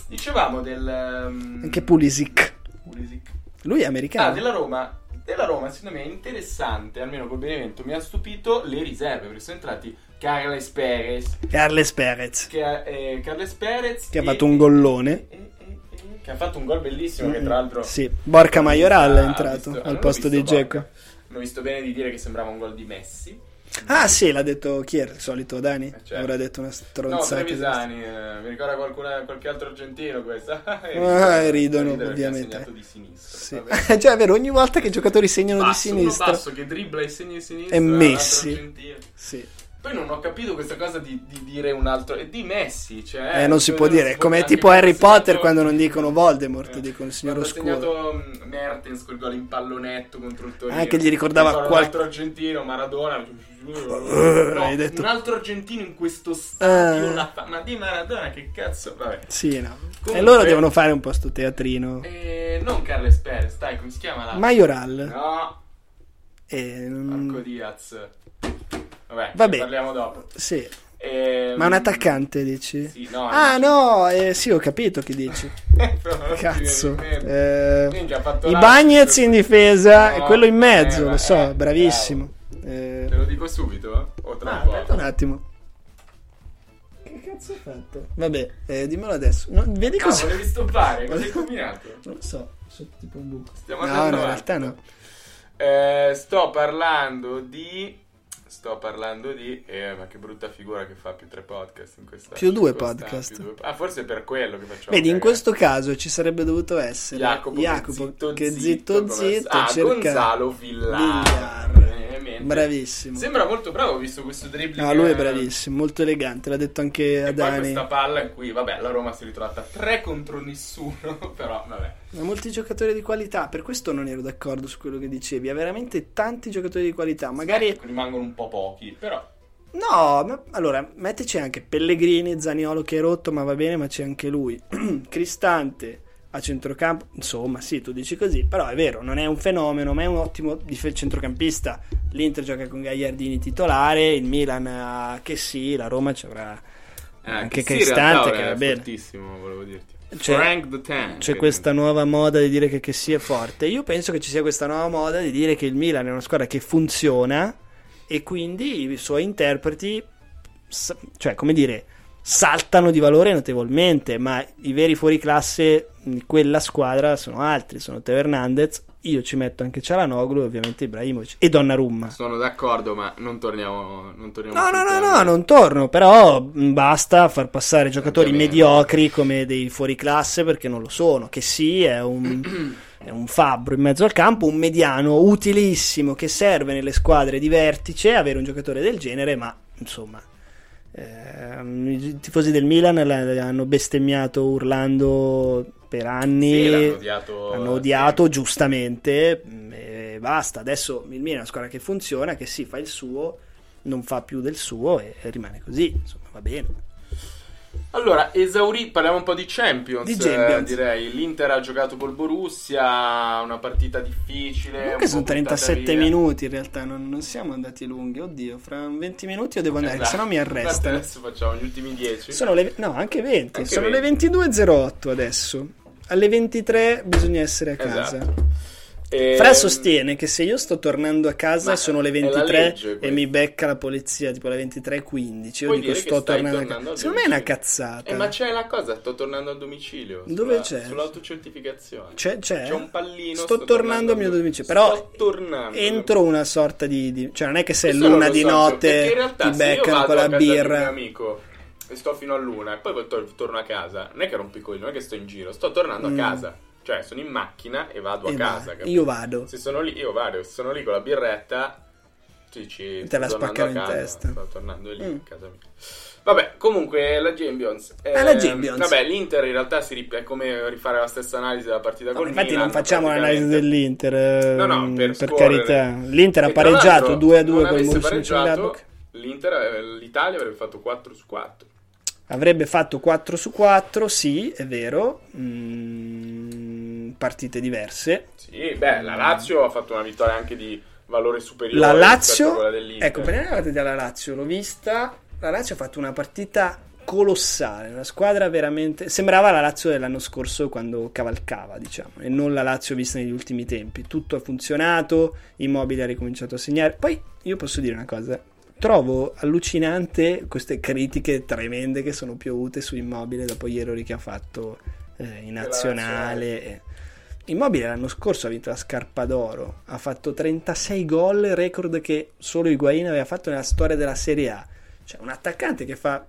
[SPEAKER 1] Dicevamo del. ehm,
[SPEAKER 2] Anche Pulisic.
[SPEAKER 1] Pulisic.
[SPEAKER 2] Lui è americano.
[SPEAKER 1] Ah, della Roma. Della Roma, secondo me è interessante, almeno col Benevento, mi ha stupito le riserve, perché sono entrati Carles Perez,
[SPEAKER 2] Carles Perez,
[SPEAKER 1] che, eh, Carles Perez
[SPEAKER 2] che ha
[SPEAKER 1] e-
[SPEAKER 2] fatto un gollone.
[SPEAKER 1] e- e- e- che ha fatto un gol bellissimo, che
[SPEAKER 2] Mm-mm.
[SPEAKER 1] tra l'altro...
[SPEAKER 2] Sì, Borca Maioral è
[SPEAKER 1] Ah,
[SPEAKER 2] entrato
[SPEAKER 1] visto-
[SPEAKER 2] al
[SPEAKER 1] non
[SPEAKER 2] posto
[SPEAKER 1] l'ho
[SPEAKER 2] di
[SPEAKER 1] visto,
[SPEAKER 2] Dzeko.
[SPEAKER 1] Borca. Non ho visto bene di dire che sembrava un gol di Messi.
[SPEAKER 2] Ah sì, l'ha detto chi era il solito Dani?
[SPEAKER 1] Eh, certo.
[SPEAKER 2] Avrà detto una
[SPEAKER 1] No,
[SPEAKER 2] stronzata.
[SPEAKER 1] Trevisani, eh, mi ricorda qualcuna- qualche altro argentino questa.
[SPEAKER 2] Ah, e ridono,
[SPEAKER 1] Ridere perché ha
[SPEAKER 2] ovviamente.
[SPEAKER 1] segnato di sinistra.
[SPEAKER 2] Sì.
[SPEAKER 1] vabbè.
[SPEAKER 2] cioè, è vero, ogni volta che i giocatori segnano
[SPEAKER 1] Basso,
[SPEAKER 2] di
[SPEAKER 1] uno
[SPEAKER 2] sinistra.
[SPEAKER 1] basso che dribbla e segna di sinistra.
[SPEAKER 2] E
[SPEAKER 1] l'altro
[SPEAKER 2] Messi.
[SPEAKER 1] argentino.
[SPEAKER 2] Sì.
[SPEAKER 1] Poi non ho capito questa cosa di, di dire un altro. E di Messi, cioè.
[SPEAKER 2] Eh, non si può dire, come
[SPEAKER 1] anche
[SPEAKER 2] tipo Harry
[SPEAKER 1] quando ha
[SPEAKER 2] Potter
[SPEAKER 1] segnato-
[SPEAKER 2] quando non dicono Voldemort,
[SPEAKER 1] Eh,
[SPEAKER 2] dicono il signor
[SPEAKER 1] Quando
[SPEAKER 2] oscuro.
[SPEAKER 1] ha segnato mh, Mertens col gol in pallonetto contro il Torino.
[SPEAKER 2] Ah, che gli ricordava
[SPEAKER 1] Ricorda
[SPEAKER 2] qual-
[SPEAKER 1] un altro argentino, Maradona.
[SPEAKER 2] Uh, hai detto-
[SPEAKER 1] Un altro argentino in questo stadio.
[SPEAKER 2] Ah.
[SPEAKER 1] la fa- Ma di Maradona che cazzo? Vabbè.
[SPEAKER 2] Sì, no.
[SPEAKER 1] Comunque-
[SPEAKER 2] E loro devono fare un po' sto teatrino.
[SPEAKER 1] Eh, non Carles Perez, dai, come si chiama là?
[SPEAKER 2] Maioral.
[SPEAKER 1] No,
[SPEAKER 2] eh, mm,
[SPEAKER 1] Marco Diaz. Vabbè,
[SPEAKER 2] Vabbè.
[SPEAKER 1] ne parliamo dopo.
[SPEAKER 2] sì,
[SPEAKER 1] Ehm,
[SPEAKER 2] ma un attaccante dici?
[SPEAKER 1] Sì, no.
[SPEAKER 2] Ah no, eh, sì, ho capito che dici. Cazzo. Eh, I Bagnets in difesa e
[SPEAKER 1] No,
[SPEAKER 2] quello in mezzo,
[SPEAKER 1] eh,
[SPEAKER 2] lo so,
[SPEAKER 1] eh,
[SPEAKER 2] bravissimo. Eh,
[SPEAKER 1] Te lo dico subito? eh? O tra
[SPEAKER 2] ah,
[SPEAKER 1] un po'?
[SPEAKER 2] aspetta un attimo. Che cazzo hai fatto? Vabbè, eh, dimmelo adesso. No, vedi
[SPEAKER 1] No,
[SPEAKER 2] cosa...
[SPEAKER 1] Ah, volevi stoppare, cosa hai combinato?
[SPEAKER 2] Non lo so, sotto tipo un buco.
[SPEAKER 1] Stiamo
[SPEAKER 2] No, no, in
[SPEAKER 1] andando avanti.
[SPEAKER 2] realtà no.
[SPEAKER 1] Eh, sto parlando di... Sto parlando di... Eh, ma che brutta figura che fa più tre podcast in questa...
[SPEAKER 2] Più due
[SPEAKER 1] in questa-
[SPEAKER 2] podcast.
[SPEAKER 1] più due- Ah, forse è per quello che facciamo.
[SPEAKER 2] Vedi, in
[SPEAKER 1] cagare.
[SPEAKER 2] questo caso ci sarebbe dovuto essere
[SPEAKER 1] Jacopo,
[SPEAKER 2] che zitto zitto,
[SPEAKER 1] come- ah,
[SPEAKER 2] cerca
[SPEAKER 1] Gonzalo Villar.
[SPEAKER 2] Villar.
[SPEAKER 1] eh, mente.
[SPEAKER 2] Bravissimo.
[SPEAKER 1] Sembra molto bravo, ho visto questo dribbling.
[SPEAKER 2] No, lui
[SPEAKER 1] eh,
[SPEAKER 2] è bravissimo, molto elegante, l'ha detto anche a
[SPEAKER 1] E poi
[SPEAKER 2] Dani.
[SPEAKER 1] questa palla in cui, vabbè, la Roma si è ritrovata 3 contro nessuno, però vabbè.
[SPEAKER 2] Ma molti giocatori di qualità, per questo non ero d'accordo su quello che dicevi. Ha veramente tanti giocatori di qualità. Magari
[SPEAKER 1] rimangono un po' pochi, però
[SPEAKER 2] no, ma- allora metteci anche Pellegrini, Zaniolo che è rotto, ma va bene, ma c'è anche lui. Cristante a centrocampo, insomma, sì, tu dici così, però è vero, non è un fenomeno, ma è un ottimo dif- centrocampista. L'Inter gioca con Gagliardini titolare, il Milan ha che sì, la Roma ci avrà anche
[SPEAKER 1] Eh, che
[SPEAKER 2] Cristante che va
[SPEAKER 1] è
[SPEAKER 2] bene.
[SPEAKER 1] eh, fortissimo, volevo dirti.
[SPEAKER 2] C'è-
[SPEAKER 1] Frank the Tank.
[SPEAKER 2] C'è questa nuova moda di dire che, che sia forte. Io penso che ci sia questa nuova moda di dire che il Milan è una squadra che funziona e quindi i suoi interpreti, s- cioè come dire, saltano di valore notevolmente, ma i veri fuoriclasse di quella squadra sono altri, sono Teo Hernandez, io ci metto anche Cialanoglu e ovviamente Ibrahimovic e Donnarumma.
[SPEAKER 1] Sono d'accordo, ma non torniamo non torniamo
[SPEAKER 2] No,
[SPEAKER 1] sul
[SPEAKER 2] no, no,
[SPEAKER 1] tema.
[SPEAKER 2] no, non torno, però mh, basta far passare giocatori
[SPEAKER 1] Ovviamente.
[SPEAKER 2] mediocri come dei fuoriclasse perché non lo sono, che sì, è un, è un fabbro in mezzo al campo, un mediano utilissimo che serve nelle squadre di vertice avere un giocatore del genere, ma insomma, ehm, i tifosi del Milan la- la hanno bestemmiato urlando per anni.
[SPEAKER 1] Eh, Sì, l'hanno odiato.
[SPEAKER 2] Hanno odiato giustamente mh, e basta. Adesso il Milan è una squadra che funziona, che si fa il suo, non fa più del suo e e rimane così. Insomma, va bene.
[SPEAKER 1] Allora, esauri, parliamo un po' di Champions,
[SPEAKER 2] Di Champions.
[SPEAKER 1] eh, direi. L'Inter ha giocato col Borussia, una partita difficile. un
[SPEAKER 2] Comunque
[SPEAKER 1] po'
[SPEAKER 2] sono
[SPEAKER 1] buttata
[SPEAKER 2] 37
[SPEAKER 1] via.
[SPEAKER 2] minuti in realtà, non, non siamo andati lunghi. Oddio, fra 20 minuti io devo andare,
[SPEAKER 1] Esatto.
[SPEAKER 2] eh, se no mi
[SPEAKER 1] Infatti
[SPEAKER 2] arrestano.
[SPEAKER 1] Adesso facciamo gli ultimi 10.
[SPEAKER 2] Sono le, no, anche 20.
[SPEAKER 1] Anche
[SPEAKER 2] sono
[SPEAKER 1] 20.
[SPEAKER 2] le 22.08 adesso. Alle 23 bisogna essere a casa.
[SPEAKER 1] Esatto. E-
[SPEAKER 2] Fra sostiene che se io sto tornando a casa
[SPEAKER 1] Ma
[SPEAKER 2] sono le
[SPEAKER 1] è la
[SPEAKER 2] 23
[SPEAKER 1] legge
[SPEAKER 2] e
[SPEAKER 1] questa.
[SPEAKER 2] mi becca la polizia tipo alle 23.15. Io
[SPEAKER 1] Puoi
[SPEAKER 2] dico
[SPEAKER 1] dire che
[SPEAKER 2] sto
[SPEAKER 1] stai
[SPEAKER 2] tornando a
[SPEAKER 1] tornando
[SPEAKER 2] casa.
[SPEAKER 1] al
[SPEAKER 2] Secondo me è una
[SPEAKER 1] domicilio.
[SPEAKER 2] cazzata.
[SPEAKER 1] Eh, ma c'è la cosa, sto tornando al domicilio.
[SPEAKER 2] Dove
[SPEAKER 1] sulla,
[SPEAKER 2] c'è?
[SPEAKER 1] Sull'autocertificazione.
[SPEAKER 2] c'è, c'è.
[SPEAKER 1] C'è un pallino.
[SPEAKER 2] Sto, tornando al mio domicilio. Però
[SPEAKER 1] sto tornando.
[SPEAKER 2] entro una sorta di, di- Cioè, non è che se è
[SPEAKER 1] Questo non
[SPEAKER 2] l'una
[SPEAKER 1] lo
[SPEAKER 2] di
[SPEAKER 1] so, perché in
[SPEAKER 2] notte
[SPEAKER 1] realtà
[SPEAKER 2] ti
[SPEAKER 1] se io
[SPEAKER 2] beccano
[SPEAKER 1] vado a
[SPEAKER 2] con la
[SPEAKER 1] casa di un mio
[SPEAKER 2] birra.
[SPEAKER 1] amico e sto fino all'una e poi to- torno a casa. Non è che rompo i coglioni, non è che sto in giro, sto tornando
[SPEAKER 2] Mm.
[SPEAKER 1] a casa. Cioè, sono in macchina e vado
[SPEAKER 2] Eh,
[SPEAKER 1] a casa.
[SPEAKER 2] va,
[SPEAKER 1] capito?
[SPEAKER 2] io vado.
[SPEAKER 1] Se sono lì, io vado, se sono lì con la birretta, ti dici,
[SPEAKER 2] Te
[SPEAKER 1] sto
[SPEAKER 2] la
[SPEAKER 1] tornando
[SPEAKER 2] spaccano
[SPEAKER 1] a
[SPEAKER 2] in
[SPEAKER 1] casa,
[SPEAKER 2] testa.
[SPEAKER 1] Sto tornando lì
[SPEAKER 2] Mm.
[SPEAKER 1] a casa mia. Vabbè, comunque la Champions. ehm,
[SPEAKER 2] Ah, la Champions.
[SPEAKER 1] Vabbè, l'Inter in realtà si rip- è come rifare la stessa analisi della partita
[SPEAKER 2] No,
[SPEAKER 1] con
[SPEAKER 2] infatti
[SPEAKER 1] Milan,
[SPEAKER 2] non facciamo l'analisi
[SPEAKER 1] praticamente.
[SPEAKER 2] dell'Inter. eh,
[SPEAKER 1] No, no, per, scorrere.
[SPEAKER 2] carità. L'Inter ha
[SPEAKER 1] E tra
[SPEAKER 2] pareggiato
[SPEAKER 1] l'altro,
[SPEAKER 2] 2 a 2
[SPEAKER 1] non
[SPEAKER 2] con il
[SPEAKER 1] avesse
[SPEAKER 2] Borussia
[SPEAKER 1] pareggiato,
[SPEAKER 2] Mönchengladbach.
[SPEAKER 1] l'Inter, aveva- l'Italia avrebbe fatto 4 su 4.
[SPEAKER 2] Avrebbe fatto 4 su 4, sì, è vero, mm, partite diverse.
[SPEAKER 1] Sì, beh, la Lazio ha fatto una vittoria anche di valore superiore
[SPEAKER 2] Mm. La
[SPEAKER 1] rispetto a
[SPEAKER 2] Lazio,
[SPEAKER 1] quella dell'Inter.
[SPEAKER 2] ecco, prendiamo la partita della Lazio, l'ho vista, la Lazio ha fatto una partita colossale, una squadra veramente... Sembrava la Lazio dell'anno scorso quando cavalcava, diciamo, e non la Lazio vista negli ultimi tempi. Tutto ha funzionato, Immobile ha ricominciato a segnare. Poi io posso dire una cosa, trovo allucinante queste critiche tremende che sono piovute su Immobile dopo gli errori che ha fatto eh, in nazionale. Eh, Immobile l'anno scorso ha vinto la scarpa d'oro, ha fatto 36 gol, record che solo Higuain aveva fatto nella storia della Serie A. Cioè un attaccante che fa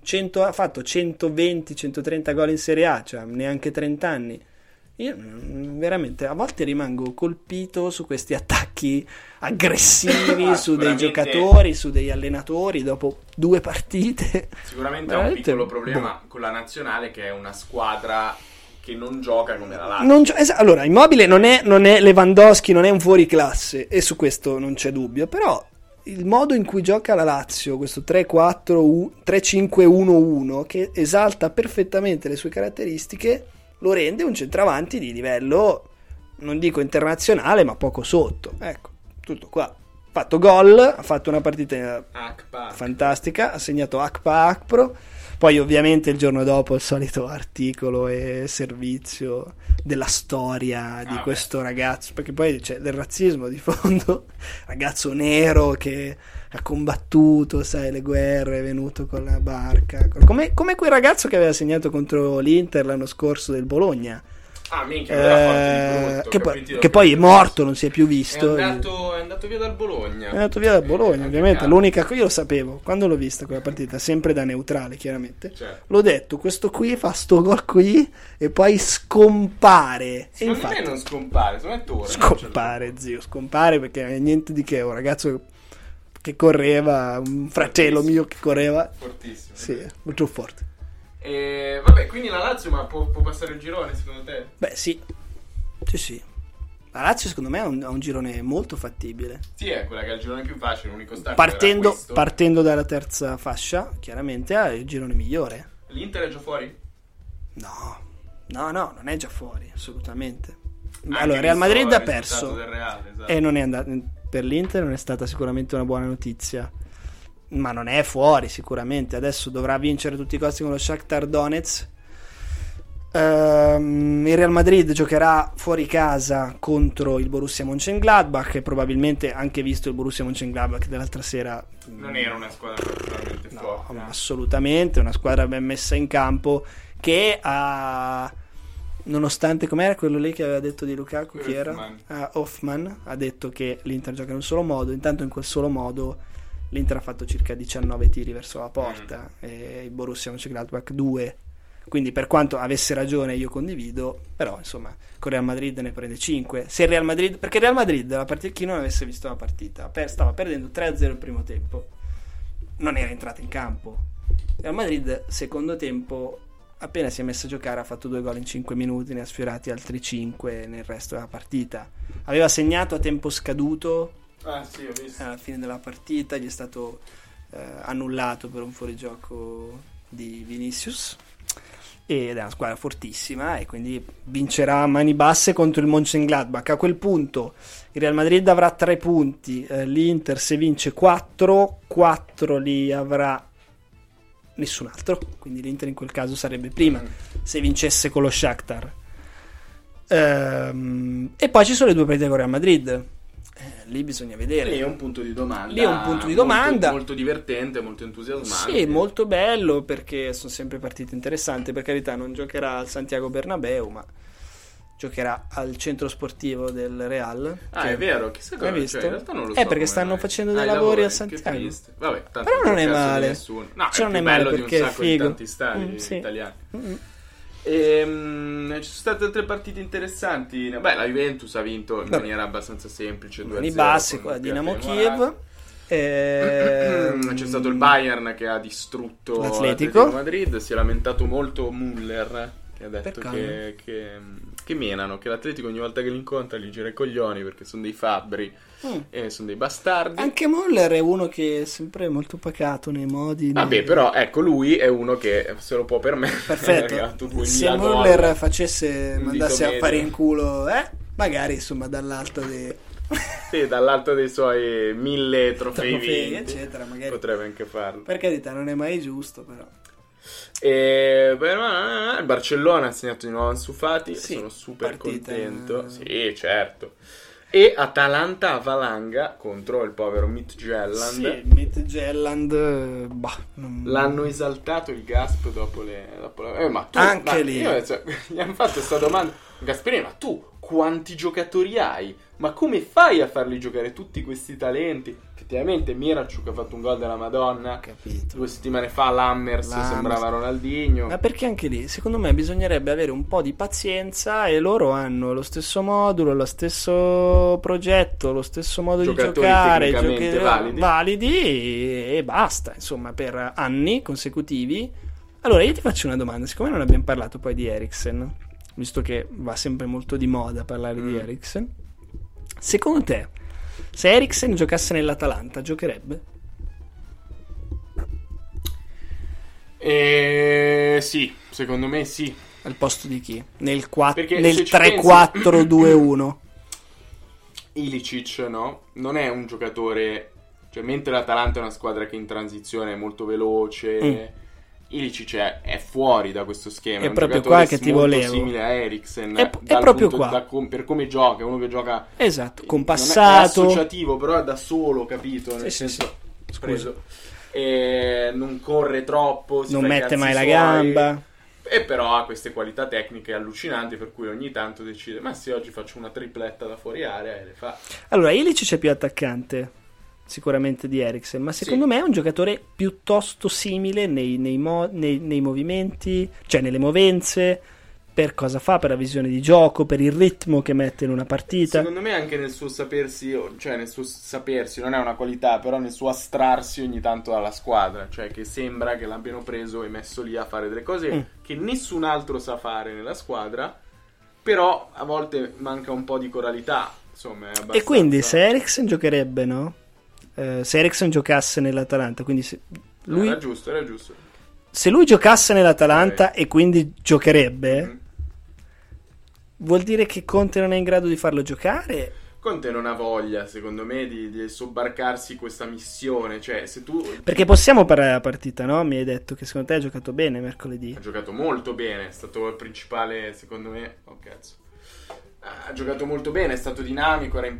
[SPEAKER 2] 100, ha fatto 120-130 gol in Serie A, cioè neanche 30 anni. Io mm, veramente a volte rimango colpito su questi attacchi aggressivi ah, su dei giocatori, su degli allenatori dopo due partite.
[SPEAKER 1] Sicuramente ha un piccolo problema boh. con la nazionale che è una squadra che non gioca come la
[SPEAKER 2] Lazio. Gio- es- allora, Immobile non è, non è Lewandowski, non è un fuoriclasse e su questo non c'è dubbio, però il modo in cui gioca la Lazio, questo 3-4-3-5-1-1 che esalta perfettamente le sue caratteristiche lo rende un centravanti di livello, non dico internazionale, ma poco sotto. Ecco, tutto qua. Ha fatto gol, ha fatto una partita
[SPEAKER 1] Akpa.
[SPEAKER 2] fantastica, ha segnato Akpa Akpro. Poi ovviamente il giorno dopo il solito articolo e servizio della storia di ah, questo beh. ragazzo, perché poi c'è del razzismo di fondo, ragazzo nero che ha combattuto, sai, le guerre, è venuto con la barca, come, come quel ragazzo che aveva segnato contro l'Inter l'anno scorso del Bologna.
[SPEAKER 1] Ah, minchia, eh, brutto,
[SPEAKER 2] che, poi, che poi è morto, non si è più visto.
[SPEAKER 1] È andato, è andato, via dal Bologna.
[SPEAKER 2] È andato via dal Bologna, eh, ovviamente. L'unica, io lo sapevo quando l'ho vista quella partita, sempre da neutrale, chiaramente.
[SPEAKER 1] Cioè,
[SPEAKER 2] Certo. L'ho detto, questo qui fa sto gol qui e poi scompare.
[SPEAKER 1] Secondo e infatti, non scompare, secondo me cioè, torna.
[SPEAKER 2] Scompare, certo. zio, scompare perché è niente di che. Un ragazzo che correva, un fratello mio che correva.
[SPEAKER 1] Fortissimo.
[SPEAKER 2] Sì, molto forte.
[SPEAKER 1] E vabbè, quindi la Lazio ma può, può, passare il girone secondo te?
[SPEAKER 2] Beh, sì. Sì, sì. La Lazio secondo me ha un, ha un girone molto fattibile.
[SPEAKER 1] Sì, è quella che è il girone più facile, l'unico stato
[SPEAKER 2] partendo, partendo dalla terza fascia, chiaramente ha il girone migliore.
[SPEAKER 1] L'Inter è già fuori?
[SPEAKER 2] No. No, no, non è già fuori, assolutamente. Anche allora, Real Madrid ha perso.
[SPEAKER 1] Real, esatto.
[SPEAKER 2] E non è andato per l'Inter non è stata sicuramente una buona notizia ma non è fuori sicuramente. Adesso dovrà vincere a tutti i costi con lo Shakhtar Donetsk. Um, il Real Madrid giocherà fuori casa contro il Borussia Mönchengladbach e probabilmente anche visto il Borussia Mönchengladbach dell'altra sera
[SPEAKER 1] non era una squadra particolarmente
[SPEAKER 2] no,
[SPEAKER 1] forte
[SPEAKER 2] no. assolutamente una squadra ben messa in campo che ha nonostante com'era quello lì che aveva detto di Lukaku chi era? Uh, Hoffman ha detto che l'Inter gioca in un solo modo intanto in quel solo modo l'Inter ha fatto circa 19 tiri verso la porta mm. e il Borussia Mönchengladbach 2 quindi per quanto avesse ragione io condivido però insomma con Real Madrid ne prende 5 se Real Madrid perché Real Madrid la partita, chi non avesse visto la partita per, stava perdendo 3-0 il primo tempo non era entrata in campo Real Madrid secondo tempo appena si è messa a giocare ha fatto due gol in 5 minuti ne ha sfiorati altri 5 nel resto della partita aveva segnato a tempo scaduto
[SPEAKER 1] Ah, sì, ho visto.
[SPEAKER 2] Alla fine della partita gli è stato eh, annullato per un fuorigioco di Vinicius. Ed è una squadra fortissima e quindi vincerà a mani basse contro il Mönchengladbach. A quel punto il Real Madrid avrà 3 punti, eh, l'Inter se vince 4, 4 li avrà nessun altro, quindi l'Inter in quel caso sarebbe prima se vincesse con lo Shakhtar. Ehm, e poi ci sono le due partite con Real Madrid. Eh, lì bisogna vedere.
[SPEAKER 1] Lì è un punto di domanda.
[SPEAKER 2] Lì è un punto di
[SPEAKER 1] Molto,
[SPEAKER 2] domanda.
[SPEAKER 1] molto divertente, molto entusiasmante.
[SPEAKER 2] Sì, molto bello perché sono sempre partite interessanti. Per carità, non giocherà al Santiago Bernabeu, ma giocherà al centro sportivo del Real.
[SPEAKER 1] Ah, che... è vero, chissà come hai visto. Cioè, in realtà non lo so.
[SPEAKER 2] È Eh, perché stanno mai. facendo dei ah, lavori, lavori a Santiago.
[SPEAKER 1] Vabbè,
[SPEAKER 2] Però non è male.
[SPEAKER 1] No, cioè, è non è male perché è figo. tanti stadi mm, sì. italiani. Mm. Ehm, ci sono state altre partite interessanti. Beh, la Juventus ha vinto in Beh. maniera abbastanza semplice.
[SPEAKER 2] Mani basse qua, Dinamo Kiev. Ehm,
[SPEAKER 1] E... Ehm,
[SPEAKER 2] Mm.
[SPEAKER 1] C'è stato il Bayern che ha distrutto l'Atletico. l'Atletico Madrid. Si è lamentato molto Muller che ha detto che, che, che, menano, che l'Atletico ogni volta che li incontra gli gira i coglioni perché sono dei fabbri mm. e sono dei bastardi.
[SPEAKER 2] Anche Muller è uno che è sempre molto pacato nei modi.
[SPEAKER 1] Vabbè,
[SPEAKER 2] nei...
[SPEAKER 1] però ecco, lui è uno che se lo può permettere.
[SPEAKER 2] Se Muller gol, facesse, mandasse a fare in culo, eh? Magari insomma dall'alto dei...
[SPEAKER 1] sì, dall'alto dei suoi mille trofei, trofei vinti,
[SPEAKER 2] eccetera, magari.
[SPEAKER 1] potrebbe anche farlo.
[SPEAKER 2] Per carità, non è mai giusto, però.
[SPEAKER 1] E beh, ma- il Barcellona ha segnato di nuovo Ansu Fati,
[SPEAKER 2] Sì,
[SPEAKER 1] sono super
[SPEAKER 2] partita- eh.
[SPEAKER 1] contento. Sì, certo. E Atalanta Avalanga contro il povero Midtjylland.
[SPEAKER 2] Sì, Midtjylland, eh, bah, non-
[SPEAKER 1] L'hanno esaltato il Gasp dopo le. dopo la- eh, ma tu,
[SPEAKER 2] Anche
[SPEAKER 1] ma
[SPEAKER 2] lì.
[SPEAKER 1] io, cioè, gli hanno fatto questa domanda. Gasperini, ma tu quanti giocatori hai? Ma come fai a farli giocare tutti questi talenti? Effettivamente Miracciuk ha fatto un gol della Madonna.
[SPEAKER 2] capito.
[SPEAKER 1] Due settimane fa l'Hammers
[SPEAKER 2] Lammers. Eh,
[SPEAKER 1] sembrava Ronaldinho.
[SPEAKER 2] Ma perché anche lì, secondo me, bisognerebbe avere un po' di pazienza e loro hanno lo stesso modulo, lo stesso progetto, lo stesso modo di
[SPEAKER 1] Giocatori
[SPEAKER 2] giocare,
[SPEAKER 1] tecnicamente validi.
[SPEAKER 2] validi e, e basta, insomma, per anni consecutivi. Allora, io ti faccio una domanda, siccome non abbiamo parlato poi di Eriksen, visto che va sempre molto di moda parlare di
[SPEAKER 1] Mm.
[SPEAKER 2] Eriksen, secondo te, se Eriksen giocasse nell'Atalanta, giocherebbe?
[SPEAKER 1] Eh, sì, secondo me sì.
[SPEAKER 2] Al posto di chi? Nel, qua-
[SPEAKER 1] Perché
[SPEAKER 2] nel
[SPEAKER 1] se ci
[SPEAKER 2] 3-4-2-1.
[SPEAKER 1] Ilicic, no? Non è un giocatore. Cioè, mentre l'Atalanta è una squadra che in transizione è molto veloce. Ilicic è, è fuori da questo schema.
[SPEAKER 2] Mm. È
[SPEAKER 1] un
[SPEAKER 2] proprio
[SPEAKER 1] giocatore
[SPEAKER 2] qua che ti
[SPEAKER 1] molto
[SPEAKER 2] volevo.
[SPEAKER 1] simile a Eriksen.
[SPEAKER 2] È- è
[SPEAKER 1] dal
[SPEAKER 2] proprio qua.
[SPEAKER 1] da com- per come gioca, è uno che gioca.
[SPEAKER 2] Esatto,
[SPEAKER 1] non
[SPEAKER 2] con
[SPEAKER 1] è- È,
[SPEAKER 2] passato.
[SPEAKER 1] associativo, però è da solo, capito? Nel
[SPEAKER 2] Sì, sì,
[SPEAKER 1] senso,
[SPEAKER 2] Scusa.
[SPEAKER 1] preso. E non corre troppo. si
[SPEAKER 2] non
[SPEAKER 1] fa i
[SPEAKER 2] mette
[SPEAKER 1] cazzi
[SPEAKER 2] mai la
[SPEAKER 1] suoi.
[SPEAKER 2] gamba.
[SPEAKER 1] E però ha queste qualità tecniche allucinanti per cui ogni tanto decide, ma sì, oggi faccio una tripletta da fuori area e le fa.
[SPEAKER 2] Allora, Ilicic è più attaccante sicuramente di Eriksen, ma secondo me è un giocatore piuttosto simile nei, nei mo- nei- nei movimenti, cioè nelle movenze, per cosa fa, per la visione di gioco, per il ritmo che mette in una partita.
[SPEAKER 1] Secondo me anche nel suo sapersi, cioè nel suo sapersi, non è una qualità, però nel suo astrarsi ogni tanto dalla squadra, cioè che sembra che l'abbiano preso e messo lì a fare delle cose
[SPEAKER 2] Mm.
[SPEAKER 1] che nessun altro sa fare nella squadra, però a volte manca un po' di coralità, insomma. è abbastanza-
[SPEAKER 2] E quindi se Eriksen giocherebbe, no? Eh, se Eriksen giocasse nell'Atalanta, quindi se lui,
[SPEAKER 1] Era giusto, era giusto.
[SPEAKER 2] se lui giocasse nell'Atalanta e quindi giocherebbe,
[SPEAKER 1] Mm. Mm-hmm.
[SPEAKER 2] vuol dire che Conte non è in grado di farlo giocare?
[SPEAKER 1] Conte non ha voglia, secondo me, di, di sobbarcarsi questa missione, cioè se tu...
[SPEAKER 2] Perché possiamo parlare della partita, no? Mi hai detto che secondo te ha giocato bene mercoledì.
[SPEAKER 1] Ha giocato molto bene, è stato il principale, secondo me. Oh cazzo. Ha giocato molto bene, è stato dinamico, era in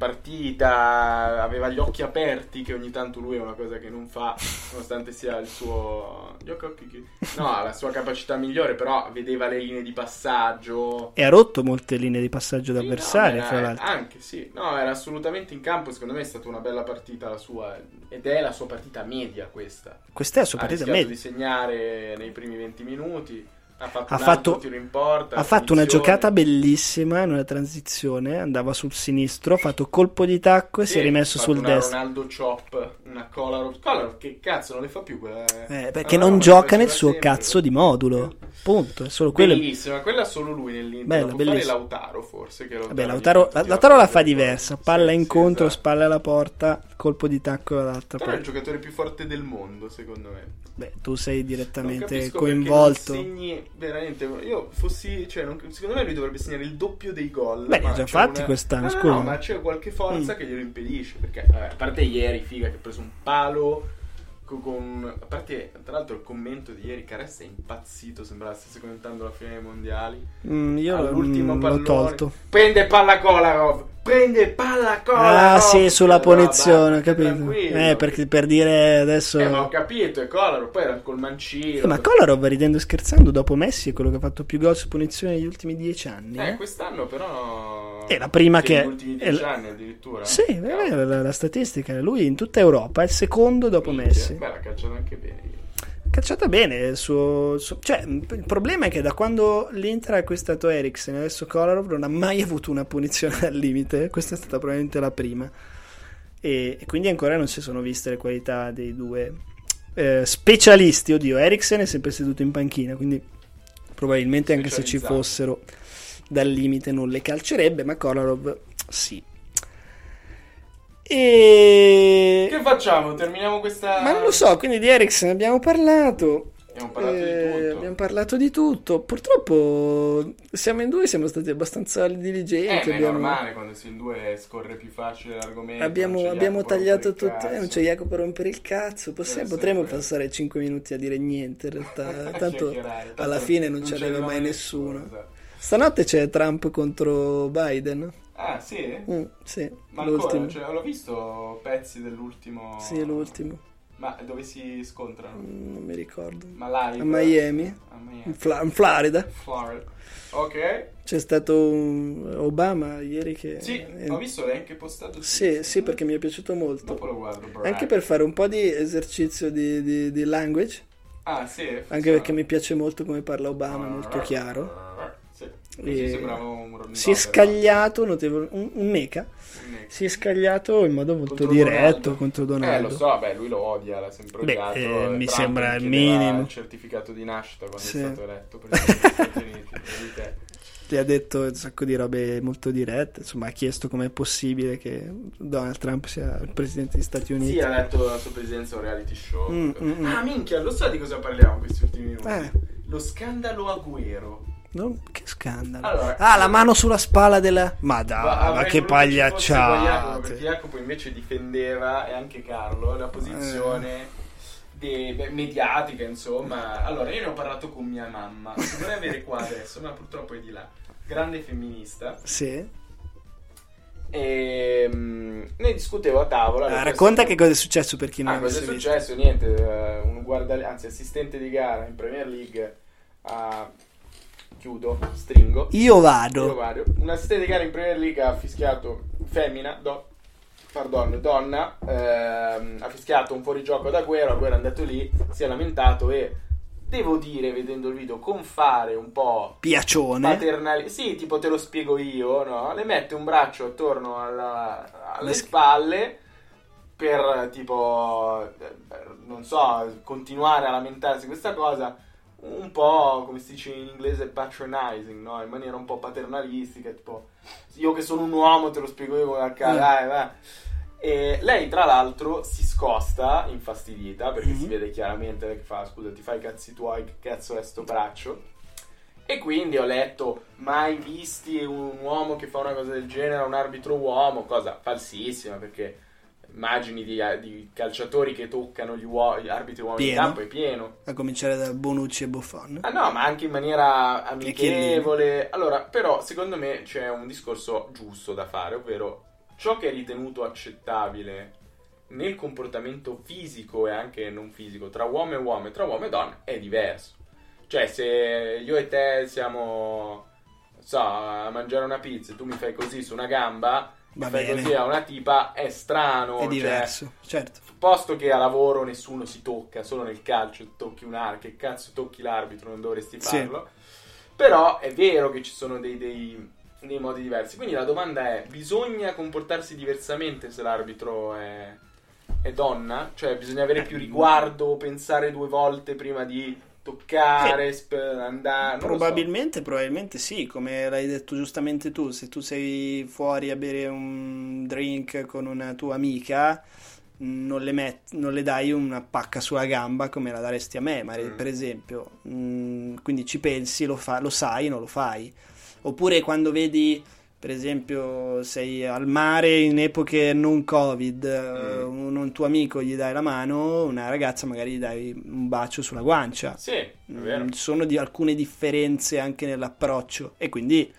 [SPEAKER 1] partita, aveva gli occhi aperti, che ogni tanto lui è una cosa che non fa, nonostante sia il suo... gli occhi- occhi- chi- No, la sua capacità migliore, però vedeva le linee di passaggio.
[SPEAKER 2] E ha rotto molte linee di
[SPEAKER 1] Sì,
[SPEAKER 2] passaggio
[SPEAKER 1] no,
[SPEAKER 2] d'avversario,
[SPEAKER 1] era-
[SPEAKER 2] fra l'altro.
[SPEAKER 1] Anche, sì. No, era assolutamente in campo, secondo me è stata una bella partita la sua, ed è la sua partita media questa
[SPEAKER 2] Questa è la sua partita
[SPEAKER 1] ha rischiato
[SPEAKER 2] media.
[SPEAKER 1] di segnare nei primi 20 minuti ha fatto,
[SPEAKER 2] Ha
[SPEAKER 1] un
[SPEAKER 2] fatto-
[SPEAKER 1] altro tiro in porta
[SPEAKER 2] Ha fatto una
[SPEAKER 1] punizione.
[SPEAKER 2] giocata bellissima in una transizione, andava sul sinistro, ha fatto colpo di tacco e si
[SPEAKER 1] Sì,
[SPEAKER 2] è rimesso
[SPEAKER 1] ha fatto
[SPEAKER 2] sul
[SPEAKER 1] una
[SPEAKER 2] destro.
[SPEAKER 1] Ronaldo Chop una Kolarov Kolarov che cazzo non le fa più quella
[SPEAKER 2] Eh, perché
[SPEAKER 1] Ah, no,
[SPEAKER 2] non
[SPEAKER 1] ma
[SPEAKER 2] gioca
[SPEAKER 1] le faceva
[SPEAKER 2] nel suo
[SPEAKER 1] sempre.
[SPEAKER 2] cazzo di modulo. Punto, è solo quello.
[SPEAKER 1] bellissima quella solo lui nell'Inter
[SPEAKER 2] Bella,
[SPEAKER 1] la può fare
[SPEAKER 2] bellissima.
[SPEAKER 1] Lautaro forse che Lautaro,
[SPEAKER 2] Vabbè,
[SPEAKER 1] ogni
[SPEAKER 2] Lautaro,
[SPEAKER 1] tanto tira
[SPEAKER 2] Lautaro la
[SPEAKER 1] fuori
[SPEAKER 2] fa
[SPEAKER 1] delle cose.
[SPEAKER 2] diverso, palla
[SPEAKER 1] Sì, sì,
[SPEAKER 2] incontro,
[SPEAKER 1] esatto.
[SPEAKER 2] spalla alla porta, colpo di tacco dall'altra
[SPEAKER 1] Lautaro è il
[SPEAKER 2] parte.
[SPEAKER 1] giocatore più forte del mondo secondo me
[SPEAKER 2] Beh, tu sei
[SPEAKER 1] Non
[SPEAKER 2] direttamente
[SPEAKER 1] capisco
[SPEAKER 2] coinvolto.
[SPEAKER 1] perché non segni veramente. Io fossi. Cioè, non- secondo me lui dovrebbe segnare il doppio dei gol.
[SPEAKER 2] Beh, li
[SPEAKER 1] ma
[SPEAKER 2] ha già
[SPEAKER 1] c'è Ah,
[SPEAKER 2] fatti quest'anno,
[SPEAKER 1] No, no,
[SPEAKER 2] scusa.
[SPEAKER 1] no, ma c'è qualche forza
[SPEAKER 2] Mm.
[SPEAKER 1] che glielo impedisce. Perché, vabbè, a parte ieri, figa, che ha preso un palo. co- Con... A parte, tra l'altro, il commento di ieri, Caressa è impazzito. Sembrava stesse commentando la fine dei mondiali.
[SPEAKER 2] Mm, io
[SPEAKER 1] All'ultimo
[SPEAKER 2] mm, l'ho
[SPEAKER 1] pallone.
[SPEAKER 2] tolto.
[SPEAKER 1] Prende palla Kolarov! Prende palla Kolarov!
[SPEAKER 2] Ah, sì, sulla
[SPEAKER 1] Eh, roba,
[SPEAKER 2] punizione, ho capito.
[SPEAKER 1] tranquillo.
[SPEAKER 2] Eh, perché per dire adesso.
[SPEAKER 1] Eh, ma ho capito, è Kolarov. Poi era col mancino.
[SPEAKER 2] Eh, ma Kolarov, ridendo e scherzando, dopo Messi è quello che ha fatto più gol su punizione negli ultimi dieci anni.
[SPEAKER 1] Eh,
[SPEAKER 2] eh.
[SPEAKER 1] quest'anno però...
[SPEAKER 2] È la prima che-
[SPEAKER 1] Negli ultimi
[SPEAKER 2] è
[SPEAKER 1] dieci
[SPEAKER 2] la-
[SPEAKER 1] anni addirittura.
[SPEAKER 2] Sì, è vera la, la statistica. Lui in tutta Europa è il secondo dopo
[SPEAKER 1] Minchia.
[SPEAKER 2] Messi.
[SPEAKER 1] Beh, l'ha cacciato anche bene.
[SPEAKER 2] Cacciata bene il suo, il suo- Cioè, mh, il problema è che da quando l'Inter ha acquistato Eriksen e adesso Kolarov non ha mai avuto una punizione al limite. Questa è stata probabilmente la prima. E, e quindi ancora non si sono viste le qualità dei due eh, specialisti. Oddio, Eriksen è sempre seduto in panchina, quindi probabilmente anche se ci
[SPEAKER 1] Specializzato.
[SPEAKER 2] fossero dal limite non le calcerebbe, ma Kolarov sì. E...
[SPEAKER 1] Che facciamo? Terminiamo questa...
[SPEAKER 2] Ma non lo so, quindi di Eriksen abbiamo parlato.
[SPEAKER 1] Abbiamo parlato di
[SPEAKER 2] Eh,
[SPEAKER 1] tutto.
[SPEAKER 2] abbiamo parlato di tutto. Purtroppo siamo in due, siamo stati abbastanza
[SPEAKER 1] Eh,
[SPEAKER 2] diligenti.
[SPEAKER 1] ma è
[SPEAKER 2] abbiamo
[SPEAKER 1] normale quando si in due scorre più facile l'argomento. non
[SPEAKER 2] abbiamo,
[SPEAKER 1] c'è
[SPEAKER 2] abbiamo
[SPEAKER 1] Jacopo per
[SPEAKER 2] tagliato
[SPEAKER 1] il
[SPEAKER 2] tutto. Eh, non
[SPEAKER 1] cazzo.
[SPEAKER 2] c'è Jacopo per rompere il cazzo. Possi-
[SPEAKER 1] Eh, sì,
[SPEAKER 2] potremmo
[SPEAKER 1] quello.
[SPEAKER 2] passare 5 minuti a dire niente. In realtà, eh, tanto
[SPEAKER 1] Chiacchierare, tanto
[SPEAKER 2] alla fine non ci
[SPEAKER 1] ce
[SPEAKER 2] arriva
[SPEAKER 1] n'era
[SPEAKER 2] mai nessuno.
[SPEAKER 1] esatto.
[SPEAKER 2] Stanotte c'è Trump contro Biden.
[SPEAKER 1] Ah, sì?
[SPEAKER 2] Mm, sì,
[SPEAKER 1] Ma
[SPEAKER 2] l'ultimo.
[SPEAKER 1] ancora, cioè, l'ho visto pezzi dell'ultimo.
[SPEAKER 2] Sì, l'ultimo.
[SPEAKER 1] Ma dove si scontrano?
[SPEAKER 2] Mm, Non mi ricordo.
[SPEAKER 1] Ma live.
[SPEAKER 2] A Miami?
[SPEAKER 1] A
[SPEAKER 2] In,
[SPEAKER 1] Miami.
[SPEAKER 2] Fla- in Florida.
[SPEAKER 1] Florida. Ok.
[SPEAKER 2] C'è stato un- Obama ieri che...
[SPEAKER 1] Sì,
[SPEAKER 2] eh,
[SPEAKER 1] ho visto l'hai anche postato. su
[SPEAKER 2] sì, sì,
[SPEAKER 1] Instagram.
[SPEAKER 2] perché mi è piaciuto molto.
[SPEAKER 1] Dopo lo guardo, bro. Eh.
[SPEAKER 2] Anche per fare un po' di esercizio di, di- di language,
[SPEAKER 1] Ah, sì.
[SPEAKER 2] anche perché mi piace molto come parla Obama, molto
[SPEAKER 1] Sì.
[SPEAKER 2] chiaro.
[SPEAKER 1] Così
[SPEAKER 2] E-
[SPEAKER 1] sembrava un rondello.
[SPEAKER 2] Si è scagliato, notevole, un, un meca,
[SPEAKER 1] Eh,
[SPEAKER 2] si è scagliato in modo molto
[SPEAKER 1] Contro
[SPEAKER 2] diretto
[SPEAKER 1] Donaldo.
[SPEAKER 2] contro
[SPEAKER 1] lo
[SPEAKER 2] Donaldo.
[SPEAKER 1] so, beh, lui lo odia, l'ha sempre
[SPEAKER 2] Beh,
[SPEAKER 1] odiato.
[SPEAKER 2] eh,
[SPEAKER 1] Trump
[SPEAKER 2] mi
[SPEAKER 1] gli
[SPEAKER 2] sembra il
[SPEAKER 1] chiedeva
[SPEAKER 2] minimo.
[SPEAKER 1] Il certificato di nascita quando
[SPEAKER 2] Sì.
[SPEAKER 1] è stato eletto presidente degli Stati Uniti. Vedi te.
[SPEAKER 2] Gli ha detto un sacco di robe molto dirette, insomma ha chiesto com'è possibile che Donald Trump sia il presidente degli Stati Uniti.
[SPEAKER 1] Sì, ha detto la sua presenza a un reality show.
[SPEAKER 2] Mm, mm, mm.
[SPEAKER 1] Ah, minchia, lo so di cosa parliamo questi ultimi minuti.
[SPEAKER 2] Eh.
[SPEAKER 1] Lo scandalo Agüero.
[SPEAKER 2] No, che scandalo.
[SPEAKER 1] Allora-
[SPEAKER 2] ah, la mano sulla spalla della... Ma dai, Ah, ma,
[SPEAKER 1] avrei voluto ci
[SPEAKER 2] che
[SPEAKER 1] fosse Jacopo,
[SPEAKER 2] pagliacciate.
[SPEAKER 1] Perché Jacopo invece difendeva, e anche Carlo,
[SPEAKER 2] Eh.
[SPEAKER 1] la posizione de- beh, mediatica, insomma. Allora, io ne ho parlato con mia mamma, che dovrei avere qua adesso, ma purtroppo è di là. Grande femminista.
[SPEAKER 2] Sì.
[SPEAKER 1] E mm, ne discutevo a tavola.
[SPEAKER 2] Ah,
[SPEAKER 1] le
[SPEAKER 2] racconta che
[SPEAKER 1] persone-
[SPEAKER 2] cosa è successo per chi non
[SPEAKER 1] Ah, cosa è
[SPEAKER 2] l'avesse visto.
[SPEAKER 1] successo? Niente, eh, un guarda, anzi, assistente di gara in Premier League ha- Chiudo, stringo.
[SPEAKER 2] Io vado.
[SPEAKER 1] Io vario. Un assistente di gara in Premier League ha fischiato femmina, do, pardon, donna, ehm, ha fischiato un fuorigioco ad Agüero, Agüero è andato lì, si è lamentato e devo dire, vedendo il video, con fare un po'
[SPEAKER 2] Piacione.
[SPEAKER 1] paternale, sì, tipo te lo spiego io, no? Le mette un braccio attorno alla- alle
[SPEAKER 2] Le sc-
[SPEAKER 1] spalle per tipo, eh, non so, continuare a lamentarsi di questa cosa un po', come si dice in inglese, patronizing, no? In maniera un po' paternalistica, tipo, io che sono un uomo te lo spiego io come al ca-
[SPEAKER 2] Mm.
[SPEAKER 1] dai, va. E lei, tra l'altro, si scosta infastidita perché si
[SPEAKER 2] Mhm.
[SPEAKER 1] vede chiaramente che fa: Scusa, ti fai i cazzi tuoi, che cazzo è sto braccio? E quindi ho letto: Mai visti un uomo che fa una cosa del genere, un arbitro uomo, cosa falsissima perché immagini di, di calciatori che toccano gli, uo- gli arbitri uomini in
[SPEAKER 2] Pieno.
[SPEAKER 1] campo è pieno.
[SPEAKER 2] A cominciare da Bonucci e Buffon.
[SPEAKER 1] Ah no, ma anche in maniera
[SPEAKER 2] E Chiellini.
[SPEAKER 1] amichevole. Allora, però, secondo me c'è un discorso giusto da fare, ovvero ciò che è ritenuto accettabile nel comportamento fisico e anche non fisico tra uomo e uomo e tra uomo e donna è diverso. Cioè, se io e te siamo, non so, a mangiare una pizza e tu mi fai così su una gamba,
[SPEAKER 2] Va
[SPEAKER 1] mi fai
[SPEAKER 2] bene.
[SPEAKER 1] così a una tipa, è strano.
[SPEAKER 2] È
[SPEAKER 1] cioè,
[SPEAKER 2] diverso, certo.
[SPEAKER 1] Posto che a lavoro nessuno si tocca, solo nel calcio tocchi un ar, che cazzo tocchi l'arbitro, non dovresti
[SPEAKER 2] Sì.
[SPEAKER 1] farlo. Però è vero che ci sono dei, dei- dei modi diversi. Quindi la domanda è: bisogna comportarsi diversamente se l'arbitro è, è donna? Cioè, bisogna avere più riguardo, pensare due volte prima di toccare, sp- andare. non lo so.
[SPEAKER 2] Probabilmente, probabilmente sì, come l'hai detto giustamente tu, se tu sei fuori a bere un drink con una tua amica, mh, non le, met- non le dai una pacca sulla gamba come la daresti a me, magari,
[SPEAKER 1] Mm.
[SPEAKER 2] per esempio. Mm, quindi ci pensi, lo, fa- lo sai, non lo fai. Oppure quando vedi, per esempio, sei al mare in epoche non Covid,
[SPEAKER 1] Mm.
[SPEAKER 2] eh, un, un tuo amico gli dai la mano, una ragazza magari gli dai un bacio sulla guancia.
[SPEAKER 1] Sì, è vero.
[SPEAKER 2] Mm, Ci sono di- alcune differenze anche nell'approccio e quindi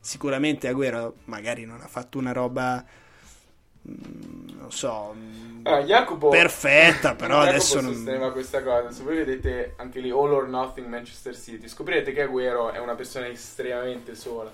[SPEAKER 2] sicuramente Agüero magari non ha fatto una roba mm, non so mm,
[SPEAKER 1] Allora, Ah, Jacopo,
[SPEAKER 2] perfetta però
[SPEAKER 1] Jacopo
[SPEAKER 2] adesso non
[SPEAKER 1] sosteneva questa cosa. Se voi vedete anche lì All or Nothing Manchester City, scoprirete che Agüero è una persona estremamente sola.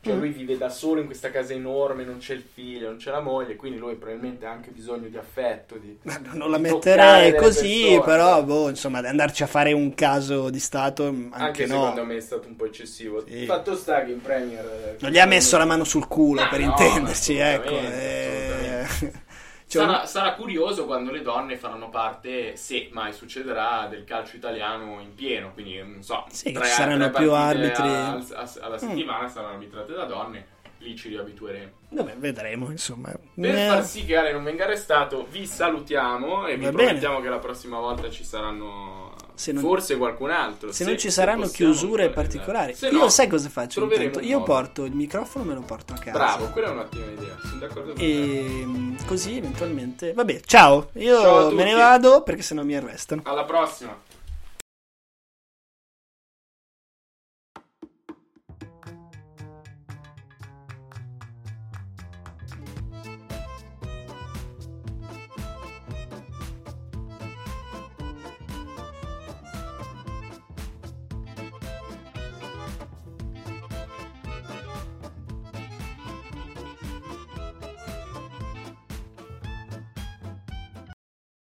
[SPEAKER 1] Cioè,
[SPEAKER 2] Mm.
[SPEAKER 1] lui vive da solo in questa casa enorme, non c'è il figlio, non c'è la moglie, quindi lui probabilmente ha anche bisogno di affetto. Di...
[SPEAKER 2] Ma non- non la
[SPEAKER 1] toccare
[SPEAKER 2] metterei
[SPEAKER 1] delle
[SPEAKER 2] così
[SPEAKER 1] persone.
[SPEAKER 2] però boh, insomma andarci a fare un caso di stato mm, anche,
[SPEAKER 1] Anche,
[SPEAKER 2] no
[SPEAKER 1] secondo me è stato un po' eccessivo.
[SPEAKER 2] Sì.
[SPEAKER 1] Fatto sta che in Premier. eh,
[SPEAKER 2] non gli ha messo la mano sul culo
[SPEAKER 1] Ah, No,
[SPEAKER 2] per
[SPEAKER 1] no,
[SPEAKER 2] intenderci
[SPEAKER 1] ma
[SPEAKER 2] ecco
[SPEAKER 1] assolutamente,
[SPEAKER 2] eh. Cioè, un-
[SPEAKER 1] Sarà, sarà curioso quando le donne faranno parte, se mai succederà, del calcio italiano in pieno, quindi non so,
[SPEAKER 2] Sì, che ci saranno più
[SPEAKER 1] partite
[SPEAKER 2] arbitri. Mm.
[SPEAKER 1] a- a- alla settimana saranno arbitrate da donne, lì ci riabitueremo.
[SPEAKER 2] vabbè, vedremo insomma
[SPEAKER 1] Per
[SPEAKER 2] Eh,
[SPEAKER 1] far sì che Ale non venga arrestato, vi salutiamo e vi
[SPEAKER 2] Va bene.
[SPEAKER 1] promettiamo che la prossima volta ci saranno
[SPEAKER 2] se non,
[SPEAKER 1] Forse qualcun altro.
[SPEAKER 2] se non ci saranno
[SPEAKER 1] possiamo
[SPEAKER 2] chiusure
[SPEAKER 1] fare,
[SPEAKER 2] particolari.
[SPEAKER 1] esatto. Se
[SPEAKER 2] Io
[SPEAKER 1] no,
[SPEAKER 2] sai cosa faccio?
[SPEAKER 1] troveremo
[SPEAKER 2] intanto?
[SPEAKER 1] un
[SPEAKER 2] Io
[SPEAKER 1] modo.
[SPEAKER 2] porto il microfono e me lo porto a casa.
[SPEAKER 1] Bravo, quella è un'ottima idea. Sono d'accordo con te.
[SPEAKER 2] E mm, così eventualmente. Vabbè, ciao. Io
[SPEAKER 1] Ehm, Ciao a
[SPEAKER 2] me ne
[SPEAKER 1] tutti.
[SPEAKER 2] vado perché sennò mi arrestano.
[SPEAKER 1] Alla prossima.